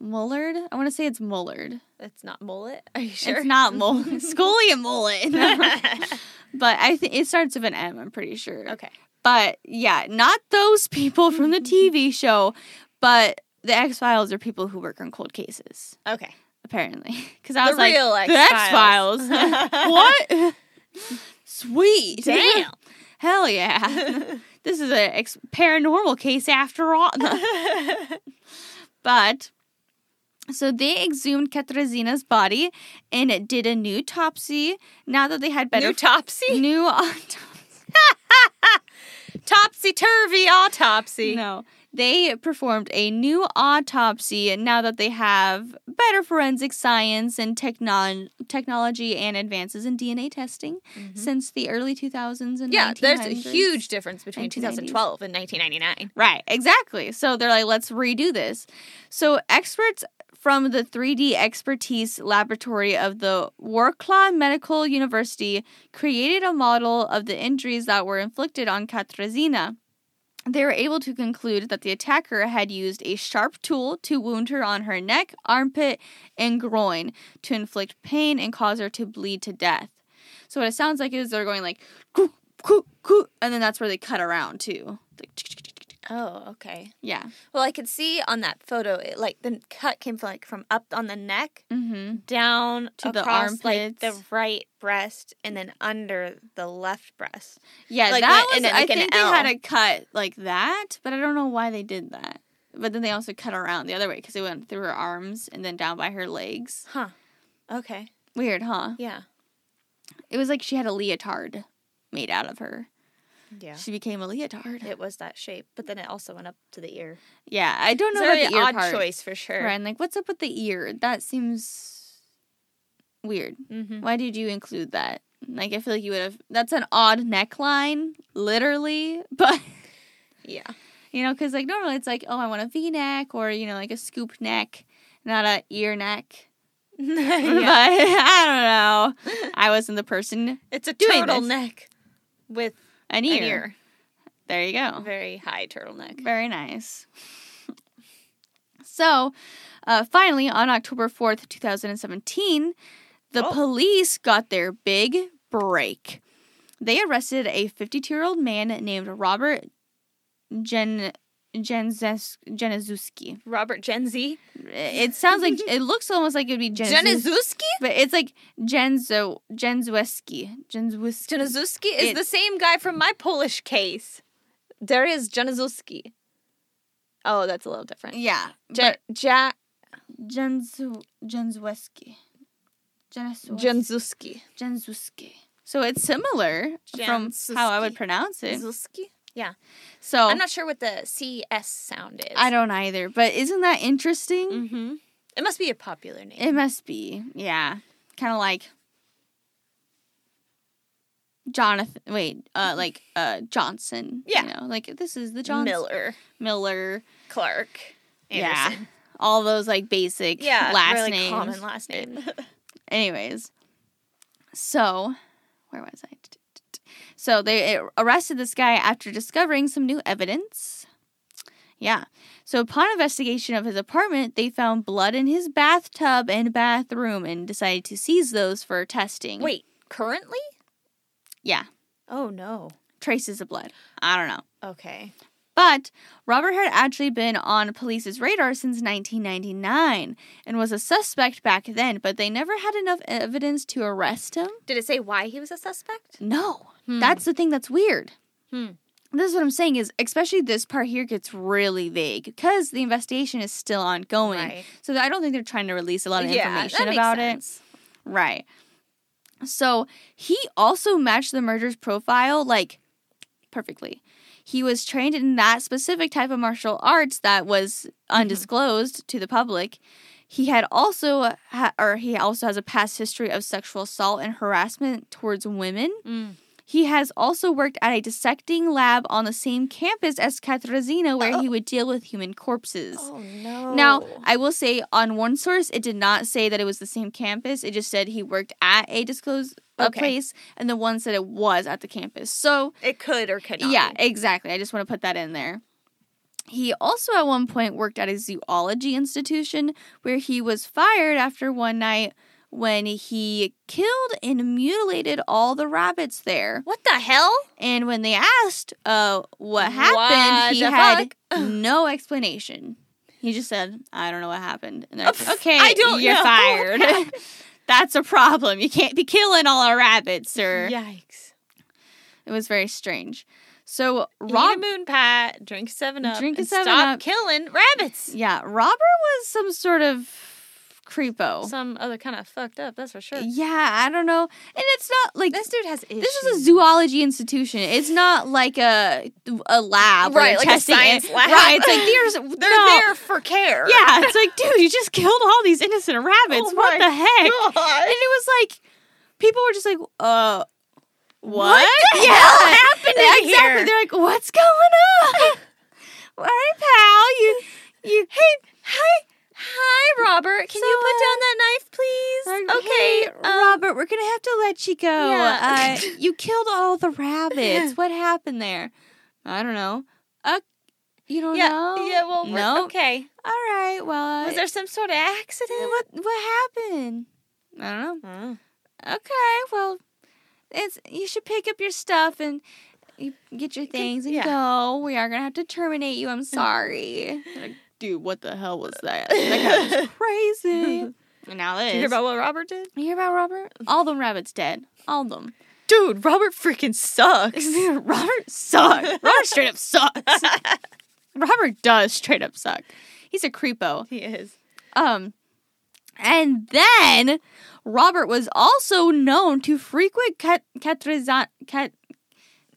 Speaker 2: Mullard. I want to say it's Mullard.
Speaker 1: It's not mullet. Are you sure?
Speaker 2: It's
Speaker 1: [LAUGHS]
Speaker 2: not Mullard. Scully and Mullard. but I think it starts with an M. I'm pretty sure.
Speaker 1: okay.
Speaker 2: But yeah, not those people from the TV show, but the X Files are people who work on cold cases.
Speaker 1: Okay.
Speaker 2: Apparently, [LAUGHS] because I was
Speaker 1: the
Speaker 2: like,
Speaker 1: real
Speaker 2: the X
Speaker 1: X-Files.
Speaker 2: Files. [LAUGHS]
Speaker 1: [LAUGHS]
Speaker 2: what? Sweet.
Speaker 1: Damn.
Speaker 2: Hell yeah. this is a ex- paranormal case after all. [LAUGHS]
Speaker 1: [LAUGHS]
Speaker 2: but so they exhumed Katrazina's body and it did a new topsy now that they had better
Speaker 1: New topsy?
Speaker 2: new autopsy. [LAUGHS]
Speaker 1: Topsy turvy autopsy.
Speaker 2: No. They performed a new autopsy now that they have better forensic science and technol technology and advances in DNA testing since the early 2000s and
Speaker 1: Mm-hmm. Yeah, there's a
Speaker 2: 1900s.
Speaker 1: huge difference between
Speaker 2: 1990s.
Speaker 1: 2012 and 1999.
Speaker 2: Right, exactly. So they're like, let's redo this. So experts from the 3D Expertise Laboratory of the Warsaw Medical University created a model of the injuries that were inflicted on Katrazina. They were able to conclude that the attacker had used a sharp tool to wound her on her neck, armpit, and groin to inflict pain and cause her to bleed to death. So what it sounds like is they're going like, "Koo, koo, koo," and then that's where they cut around too. Like,
Speaker 1: Oh, okay.
Speaker 2: yeah.
Speaker 1: Well, I could see on that photo, it, like the cut came from, like from up on the neck
Speaker 2: Mm-hmm.
Speaker 1: down
Speaker 2: To the
Speaker 1: across, like the
Speaker 2: armpits.
Speaker 1: right breast, and then under the left breast.
Speaker 2: Yeah,
Speaker 1: Like
Speaker 2: that
Speaker 1: when-
Speaker 2: was.
Speaker 1: and then,
Speaker 2: I
Speaker 1: like, an
Speaker 2: think they had
Speaker 1: L.
Speaker 2: a cut like that, but I don't know why they did that. But then they also cut around the other way because they went through her arms and then down by her legs.
Speaker 1: Huh. Okay.
Speaker 2: Weird, huh?
Speaker 1: Yeah.
Speaker 2: It was like she had a leotard made out of her.
Speaker 1: Yeah.
Speaker 2: She became a leotard.
Speaker 1: It was that shape, but then it also went up to the ear.
Speaker 2: yeah, I don't
Speaker 1: It's
Speaker 2: know
Speaker 1: a
Speaker 2: about
Speaker 1: very
Speaker 2: the ear
Speaker 1: odd
Speaker 2: part.
Speaker 1: choice for sure.
Speaker 2: Right, and like, what's up with the ear? That seems weird.
Speaker 1: Mm-hmm.
Speaker 2: Why did you include that? Like, I feel like you would have. That's an odd neckline, literally, [LAUGHS] but.
Speaker 1: Yeah.
Speaker 2: [LAUGHS]
Speaker 1: [LAUGHS]
Speaker 2: You know, because like normally it's like, oh, I want a V neck or you know, like a scoop neck, not a ear neck. [LAUGHS] But
Speaker 1: [LAUGHS] yeah.
Speaker 2: I don't
Speaker 1: [LAUGHS]
Speaker 2: know. I wasn't the person.
Speaker 1: It's a
Speaker 2: Doing this.
Speaker 1: turtleneck with
Speaker 2: An
Speaker 1: an
Speaker 2: ear.
Speaker 1: ear.
Speaker 2: There you go.
Speaker 1: Very high turtleneck.
Speaker 2: Very nice. so, uh, finally, on October fourth, two thousand and seventeen, the
Speaker 1: Oh.
Speaker 2: police got their big break. They arrested a fifty-two-year-old man named Robert Gen Genzesk Genizewski.
Speaker 1: Robert Gen Z.
Speaker 2: It sounds like it looks almost like it'd be Jen,
Speaker 1: Jenizuski?
Speaker 2: but it's like Jenzo Jenzweski. Jenzweski.
Speaker 1: Jenizuski is
Speaker 2: It-
Speaker 1: the same guy from my Polish case. There is Jenizuski. Oh, that's a little different.
Speaker 2: yeah.
Speaker 1: Je- ja-
Speaker 2: Jenzo Jenzweski. Jenzweski.
Speaker 1: Jenizuski.
Speaker 2: Jenzweski. So it's similar from how I would
Speaker 1: Jamsiski.
Speaker 2: pronounce it.
Speaker 1: Zilski? Yeah.
Speaker 2: So
Speaker 1: I'm not sure what the CS sound is.
Speaker 2: I don't either, but isn't that interesting?
Speaker 1: Mm-hmm. It must be a popular name.
Speaker 2: It must be. Yeah. Kind of like Jonathan. Wait, uh, like uh, Johnson.
Speaker 1: Yeah.
Speaker 2: You know, like this is the Johnson.
Speaker 1: Miller.
Speaker 2: Miller.
Speaker 1: Clark. Anderson. [LAUGHS]
Speaker 2: Yeah. All those like basic
Speaker 1: Yeah.
Speaker 2: last
Speaker 1: really
Speaker 2: names.
Speaker 1: common last [LAUGHS] name.
Speaker 2: Anyways, so where was I? So they arrested this guy after discovering some new evidence. Yeah. So upon investigation of his apartment, they found blood in his bathtub and bathroom and decided to seize those for testing.
Speaker 1: Wait, currently?
Speaker 2: Yeah.
Speaker 1: Oh no.
Speaker 2: Traces of blood. I don't know.
Speaker 1: Okay.
Speaker 2: But Robert had actually been on police's radar since 1999 and was a suspect back then, but they never had enough evidence to arrest him.
Speaker 1: Did it say why he was a suspect?
Speaker 2: No,
Speaker 1: Hmm.
Speaker 2: that's the thing that's weird.
Speaker 1: Hmm.
Speaker 2: This is what I'm saying is, especially this part here gets really vague because the investigation is still ongoing.
Speaker 1: Right.
Speaker 2: So I don't think they're trying to release a lot of
Speaker 1: Yeah, that
Speaker 2: information
Speaker 1: makes
Speaker 2: about
Speaker 1: sense.
Speaker 2: it. Right. So he also matched the murderer's profile like perfectly. He was trained in that specific type of martial arts that was undisclosed to the public. He had also, ha- or he also has a past history of sexual assault and harassment towards women.
Speaker 1: Mm.
Speaker 2: He has also worked at a dissecting lab on the same campus as Catrazina, where he would deal with human corpses.
Speaker 1: Oh no.
Speaker 2: Now, I will say on one source, it did not say that it was the same campus. It just said he worked at a disclosed uh,
Speaker 1: Okay.
Speaker 2: place, and the one said it was at the campus. So,
Speaker 1: it could or could not.
Speaker 2: yeah, exactly. I just want to put that in there. He also at one point worked at a zoology institution where he was fired after one night when he killed and mutilated all the rabbits there.
Speaker 1: What the hell?
Speaker 2: And when they asked uh, what
Speaker 1: What
Speaker 2: happened, he
Speaker 1: the
Speaker 2: had
Speaker 1: [SIGHS]
Speaker 2: no explanation. He just said, I don't know what happened. And they're like,
Speaker 1: Pff,
Speaker 2: okay,
Speaker 1: I don't
Speaker 2: you're
Speaker 1: know what [LAUGHS]
Speaker 2: fired. [LAUGHS] That's a problem. You can't be killing all our rabbits, sir.
Speaker 1: Yikes.
Speaker 2: It was very strange. So,
Speaker 1: Rob
Speaker 2: Rob.
Speaker 1: moon pie, drink a seven up,
Speaker 2: Drink a
Speaker 1: and
Speaker 2: 7
Speaker 1: stop
Speaker 2: Up.
Speaker 1: killing rabbits.
Speaker 2: Yeah, Robert was some sort of creepo.
Speaker 1: Some other kind of fucked up, that's for sure.
Speaker 2: Yeah, I don't know. And it's not like
Speaker 1: This dude has issues.
Speaker 2: This is a zoology institution. It's not like a a lab, where
Speaker 1: Right,
Speaker 2: you're
Speaker 1: like a
Speaker 2: testing it.
Speaker 1: science lab.
Speaker 2: Right, it's like there's
Speaker 1: They're
Speaker 2: no.
Speaker 1: [LAUGHS] there for care.
Speaker 2: Yeah,
Speaker 1: [LAUGHS]
Speaker 2: it's like, dude, you just killed all these innocent rabbits.
Speaker 1: Oh
Speaker 2: what
Speaker 1: my
Speaker 2: the heck? And
Speaker 1: God.
Speaker 2: it was like, people were just like, uh, [LAUGHS] what?
Speaker 1: the hell happened in
Speaker 2: exactly.
Speaker 1: here?
Speaker 2: They're like, what's going [LAUGHS] on? well, hey, pal, you, you, [LAUGHS] hey, hi.
Speaker 1: Hi, Robert. Can you
Speaker 2: So,
Speaker 1: put
Speaker 2: uh,
Speaker 1: down that knife, please?
Speaker 2: okay,
Speaker 1: Okay. um,
Speaker 2: Robert, we're gonna have to let you go.
Speaker 1: Yeah.
Speaker 2: [LAUGHS] Uh, you killed all the rabbits. What happened there? I don't know. Uh, you don't
Speaker 1: yeah.
Speaker 2: know?
Speaker 1: Yeah. Well. we're-
Speaker 2: no.
Speaker 1: Okay.
Speaker 2: All right. Well, uh,
Speaker 1: Was there some sort of accident?
Speaker 2: what what happened? I don't know.
Speaker 1: Oh.
Speaker 2: Okay. Well, it's you should pick up your stuff and you get your things and
Speaker 1: yeah.
Speaker 2: go. We are gonna have to terminate [LAUGHS] you. I'm sorry. Dude, what the hell was [LAUGHS] that? That guy was crazy. And [LAUGHS] now
Speaker 1: Did
Speaker 2: this.
Speaker 1: you hear about what Robert did?
Speaker 2: You hear about Robert? All them rabbits dead. All them.
Speaker 1: Dude, Robert freaking sucks.
Speaker 2: [LAUGHS] Robert [LAUGHS] sucks. Robert straight up [LAUGHS] sucks. Robert does straight up suck. He's a creepo.
Speaker 1: [LAUGHS] he is.
Speaker 2: Um, and then Robert was also known to frequent Cat Catrazan Cat.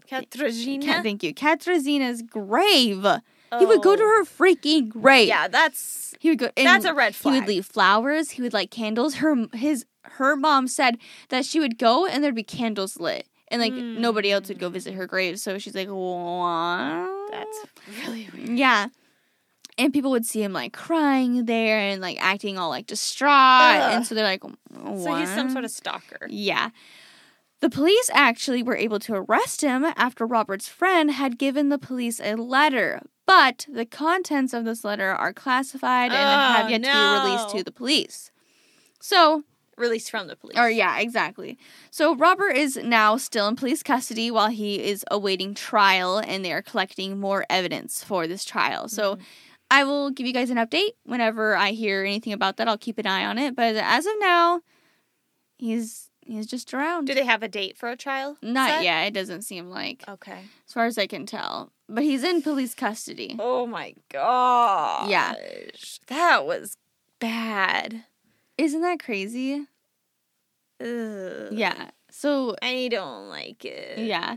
Speaker 2: Cat-
Speaker 1: Katrina.
Speaker 2: thank you, Catrazina's grave. He would go to her freaking grave.
Speaker 1: Oh. Yeah, that's
Speaker 2: He would go. and
Speaker 1: that's a
Speaker 2: He
Speaker 1: red flag.
Speaker 2: would leave flowers. He would light candles. Her his her mom said that she would go and there'd be candles lit, and like
Speaker 1: Hmm.
Speaker 2: nobody else would go visit her grave. So she's like, what?
Speaker 1: That's really weird.
Speaker 2: yeah. And people would see him like crying there and like acting all like distraught,
Speaker 1: Ugh.
Speaker 2: and so they're like, what?
Speaker 1: So he's some sort of stalker.
Speaker 2: Yeah. The police actually were able to arrest him after Robert's friend had given the police a letter, but the contents of this letter are classified and
Speaker 1: Oh,
Speaker 2: have yet to be released
Speaker 1: no.
Speaker 2: to the police. So,
Speaker 1: Released from the police.
Speaker 2: or yeah, exactly. So Robert is now still in police custody while he is awaiting trial and they are collecting more evidence for this trial. So
Speaker 1: Mm-hmm.
Speaker 2: I will give you guys an update whenever I hear anything about that. I'll keep an eye on it, but as of now, he's he's just around.
Speaker 1: Do they have a date for a trial?
Speaker 2: Not
Speaker 1: set?
Speaker 2: yet. It doesn't seem like,
Speaker 1: Okay.
Speaker 2: as far as I can tell. But he's in police custody.
Speaker 1: Oh my god.
Speaker 2: Yeah.
Speaker 1: That was bad.
Speaker 2: Isn't that crazy?
Speaker 1: Ugh.
Speaker 2: Yeah. So
Speaker 1: I don't like it.
Speaker 2: yeah,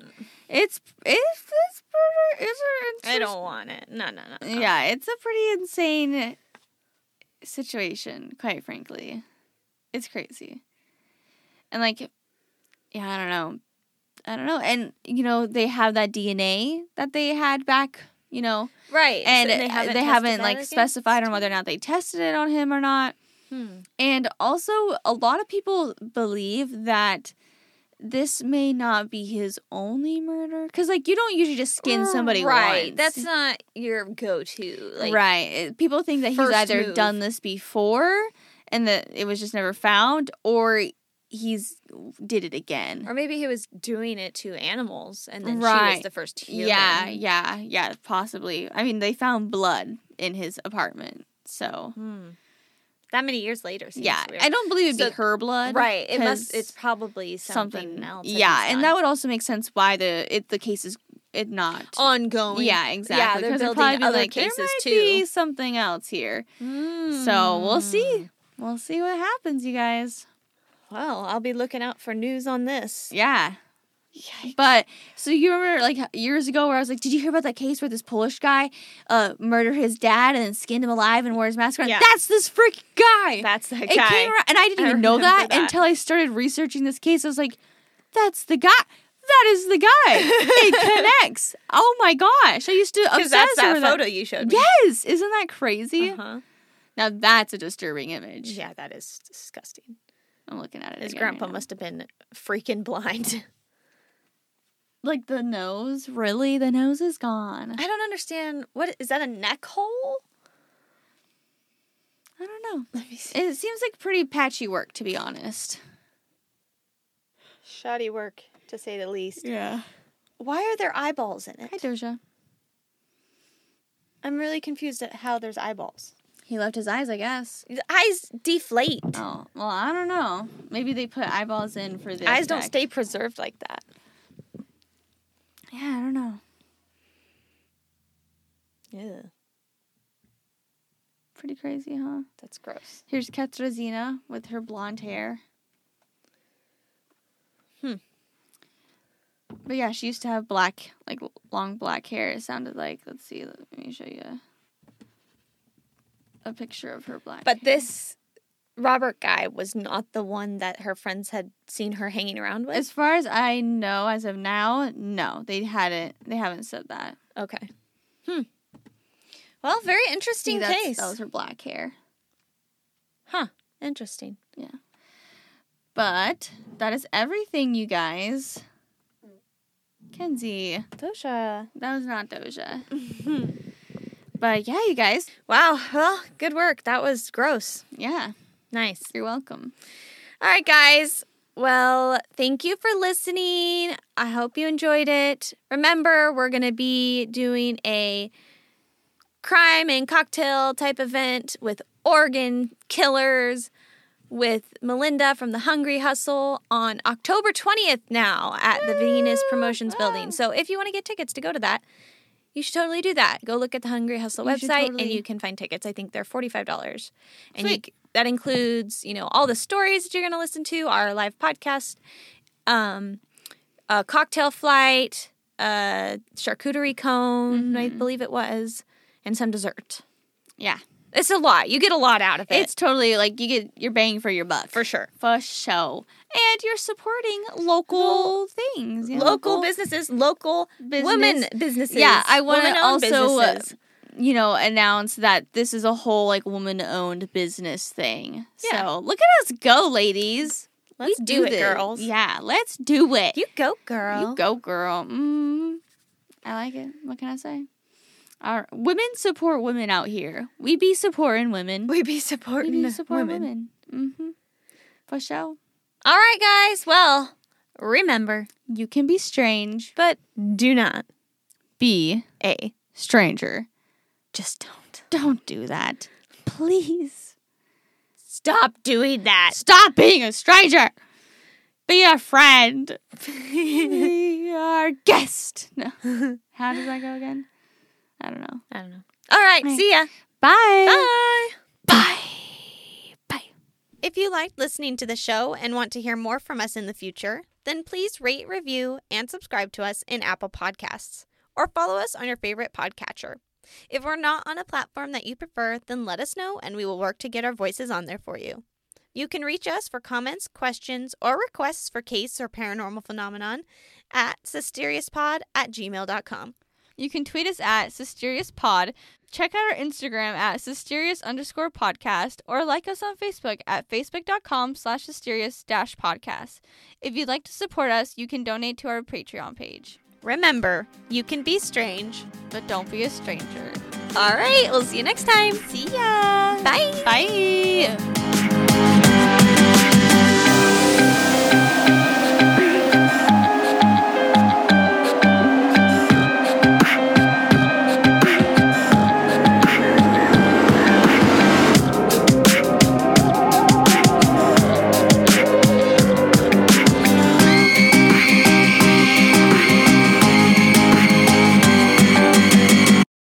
Speaker 2: it's it's it's pretty. It's, it's
Speaker 1: I don't want it. No, no, no. no.
Speaker 2: Yeah, it's a pretty insane situation, quite frankly. It's crazy. And like yeah, I don't know. I don't know. And you know, they have that DNA that they had back, you know,
Speaker 1: Right.
Speaker 2: and uh,
Speaker 1: so
Speaker 2: they haven't,
Speaker 1: tested that
Speaker 2: like
Speaker 1: again?
Speaker 2: specified on whether or not they tested it on him or not.
Speaker 1: Hmm.
Speaker 2: And also a lot of people believe that this may not be his only murder cuz like you don't usually just skin somebody
Speaker 1: Right.
Speaker 2: once.
Speaker 1: That's not your go-to. Like
Speaker 2: right. It- People think that he's
Speaker 1: first
Speaker 2: either
Speaker 1: move.
Speaker 2: done this before and that it was just never found, or he's did it again.
Speaker 1: Or maybe he was doing it to animals, and then she
Speaker 2: Right.
Speaker 1: was the first human.
Speaker 2: Yeah, yeah, yeah, possibly. I mean, they found blood in his apartment, so
Speaker 1: Hmm. That many years later. Seems
Speaker 2: yeah,
Speaker 1: weird.
Speaker 2: I don't believe it'd
Speaker 1: So-
Speaker 2: be her blood,
Speaker 1: right. It must.
Speaker 2: 'cause
Speaker 1: It's probably something, else.
Speaker 2: Yeah, and that would also make sense why the it the case is it not.
Speaker 1: ongoing.
Speaker 2: yeah, exactly.
Speaker 1: Oh, they're
Speaker 2: 'cause it'd probably
Speaker 1: building
Speaker 2: be
Speaker 1: other
Speaker 2: like, there
Speaker 1: cases
Speaker 2: might
Speaker 1: too.
Speaker 2: be something else here. So we'll
Speaker 1: Hmm.
Speaker 2: see. We'll see what happens, you guys.
Speaker 1: Well, I'll be looking out for news on this.
Speaker 2: Yeah. But so you remember like years ago where I was like, Did you hear about that case where this Polish guy uh murdered his dad and then skinned him alive and wore his mask around?
Speaker 1: Yeah.
Speaker 2: That's this freak guy.
Speaker 1: That's that
Speaker 2: it came around and I didn't
Speaker 1: I
Speaker 2: even know
Speaker 1: remember
Speaker 2: that,
Speaker 1: that.
Speaker 2: until I started researching this case. I was like, That's the guy. That is the guy. it
Speaker 1: [LAUGHS]
Speaker 2: connects. Oh my gosh. I used to obsess
Speaker 1: Because that's that
Speaker 2: over
Speaker 1: photo you showed me.
Speaker 2: Yes. Isn't that crazy?
Speaker 1: Uh-huh.
Speaker 2: Now that's a disturbing image.
Speaker 1: Yeah, that is disgusting.
Speaker 2: I'm looking at it.
Speaker 1: His
Speaker 2: again right
Speaker 1: grandpa
Speaker 2: now.
Speaker 1: must have been freaking blind. [LAUGHS]
Speaker 2: like the nose, really? The nose is gone.
Speaker 1: I don't understand. What is that? A neck hole?
Speaker 2: I don't know.
Speaker 1: Let me see.
Speaker 2: It seems like pretty patchy work, to be honest.
Speaker 1: Shoddy work, to say the least.
Speaker 2: Yeah.
Speaker 1: Why are there eyeballs in
Speaker 2: Hi,
Speaker 1: it?
Speaker 2: Doja.
Speaker 1: I'm really confused at how there's eyeballs.
Speaker 2: He left his eyes, I guess.
Speaker 1: The eyes deflate.
Speaker 2: Oh, well, I don't know. Maybe they put eyeballs in for the
Speaker 1: eyes don't
Speaker 2: effect.
Speaker 1: stay preserved like that.
Speaker 2: Yeah, I don't know.
Speaker 1: Yeah,
Speaker 2: Pretty crazy, huh?
Speaker 1: that's gross.
Speaker 2: Here's Katrazina with her blonde hair.
Speaker 1: Hmm.
Speaker 2: But yeah, she used to have black, like l- long black hair. It sounded like. Let's see. Let me show you a picture of her black.
Speaker 1: But
Speaker 2: hair.
Speaker 1: this Robert guy was not the one that her friends had seen her hanging around with.
Speaker 2: As far as I know, as of now, no, they hadn't. They haven't said that.
Speaker 1: Okay. Hmm. Well, very interesting
Speaker 2: that's-
Speaker 1: case.
Speaker 2: That was her black hair.
Speaker 1: Interesting.
Speaker 2: But that is everything, you guys. Kenzie,
Speaker 1: Dosha.
Speaker 2: that was not Doja. but yeah, you guys.
Speaker 1: [LAUGHS] Wow. Well, good work. That was gross.
Speaker 2: Yeah,
Speaker 1: Nice.
Speaker 2: you're welcome.
Speaker 1: All right, guys. Well, thank you for listening. I hope you enjoyed it. Remember, we're going to be doing a crime and cocktail type event with organ killers with Melinda from the Hungry Hustle on October 20th now at the Venus Promotions building. So, if you want to get tickets to go to that, you should totally do that. Go look at the Hungry Hustle
Speaker 2: You should
Speaker 1: website and
Speaker 2: totally-
Speaker 1: you can find tickets. I think they're $45. And you,
Speaker 2: Sweet.
Speaker 1: c- that includes, you know, all the stories that you're going to listen to, our live podcast, um, a cocktail flight, a charcuterie cone, I believe it was, and some dessert.
Speaker 2: Yeah,
Speaker 1: It's a lot. You get a lot out of it.
Speaker 2: it's totally like you get your bang for your buck
Speaker 1: for sure.
Speaker 2: for show, and you're supporting local things, you know,
Speaker 1: Local businesses, local
Speaker 2: business.
Speaker 1: women businesses.
Speaker 2: Yeah, I want to
Speaker 1: women-owned
Speaker 2: also, uh,
Speaker 1: businesses.
Speaker 2: you know, announce that this is a whole like woman-owned business thing.
Speaker 1: Yeah.
Speaker 2: So look at us go, ladies.
Speaker 1: let's
Speaker 2: we
Speaker 1: do, it,
Speaker 2: this.
Speaker 1: girls.
Speaker 2: Yeah, let's do it.
Speaker 1: You go, girl.
Speaker 2: You go, girl. Mm, I like it. What can I say? Our women support women out here. We be supporting women.
Speaker 1: We be
Speaker 2: We
Speaker 1: supporting
Speaker 2: be
Speaker 1: the
Speaker 2: supporting
Speaker 1: women.
Speaker 2: women. Mm-hmm. For sure.
Speaker 1: All right, guys. Well, remember,
Speaker 2: You can be strange.
Speaker 1: but do not
Speaker 2: Be
Speaker 1: a
Speaker 2: stranger.
Speaker 1: just don't
Speaker 2: Don't do that. Please.
Speaker 1: stop doing that.
Speaker 2: Stop being a stranger. Be a friend. Be our guest. No. How does that go again? I don't know.
Speaker 1: I don't know. All right.
Speaker 2: Right.
Speaker 1: See ya.
Speaker 2: Bye.
Speaker 1: Bye.
Speaker 2: Bye. Bye.
Speaker 1: If you liked listening to the show and want to hear more from us in the future, then please rate, review, and subscribe to us in Apple Podcasts or follow us on your favorite podcatcher. If we're not on a platform that you prefer, then let us know and we will work to get our voices on there for you. You can reach us for comments, questions, or requests for case or paranormal phenomenon at mysteriouspod at gmail.com.
Speaker 2: You can tweet us at Sisterius Pod. Check out our Instagram at Sisterius underscore podcast or like us on Facebook at facebook.com slash Sisterius dash podcast. If you'd like to support us, you can donate to our Patreon page.
Speaker 1: Remember, you can be strange.
Speaker 2: But don't be a stranger.
Speaker 1: All right, we'll see you next time.
Speaker 2: See ya!
Speaker 1: Bye.
Speaker 2: Bye!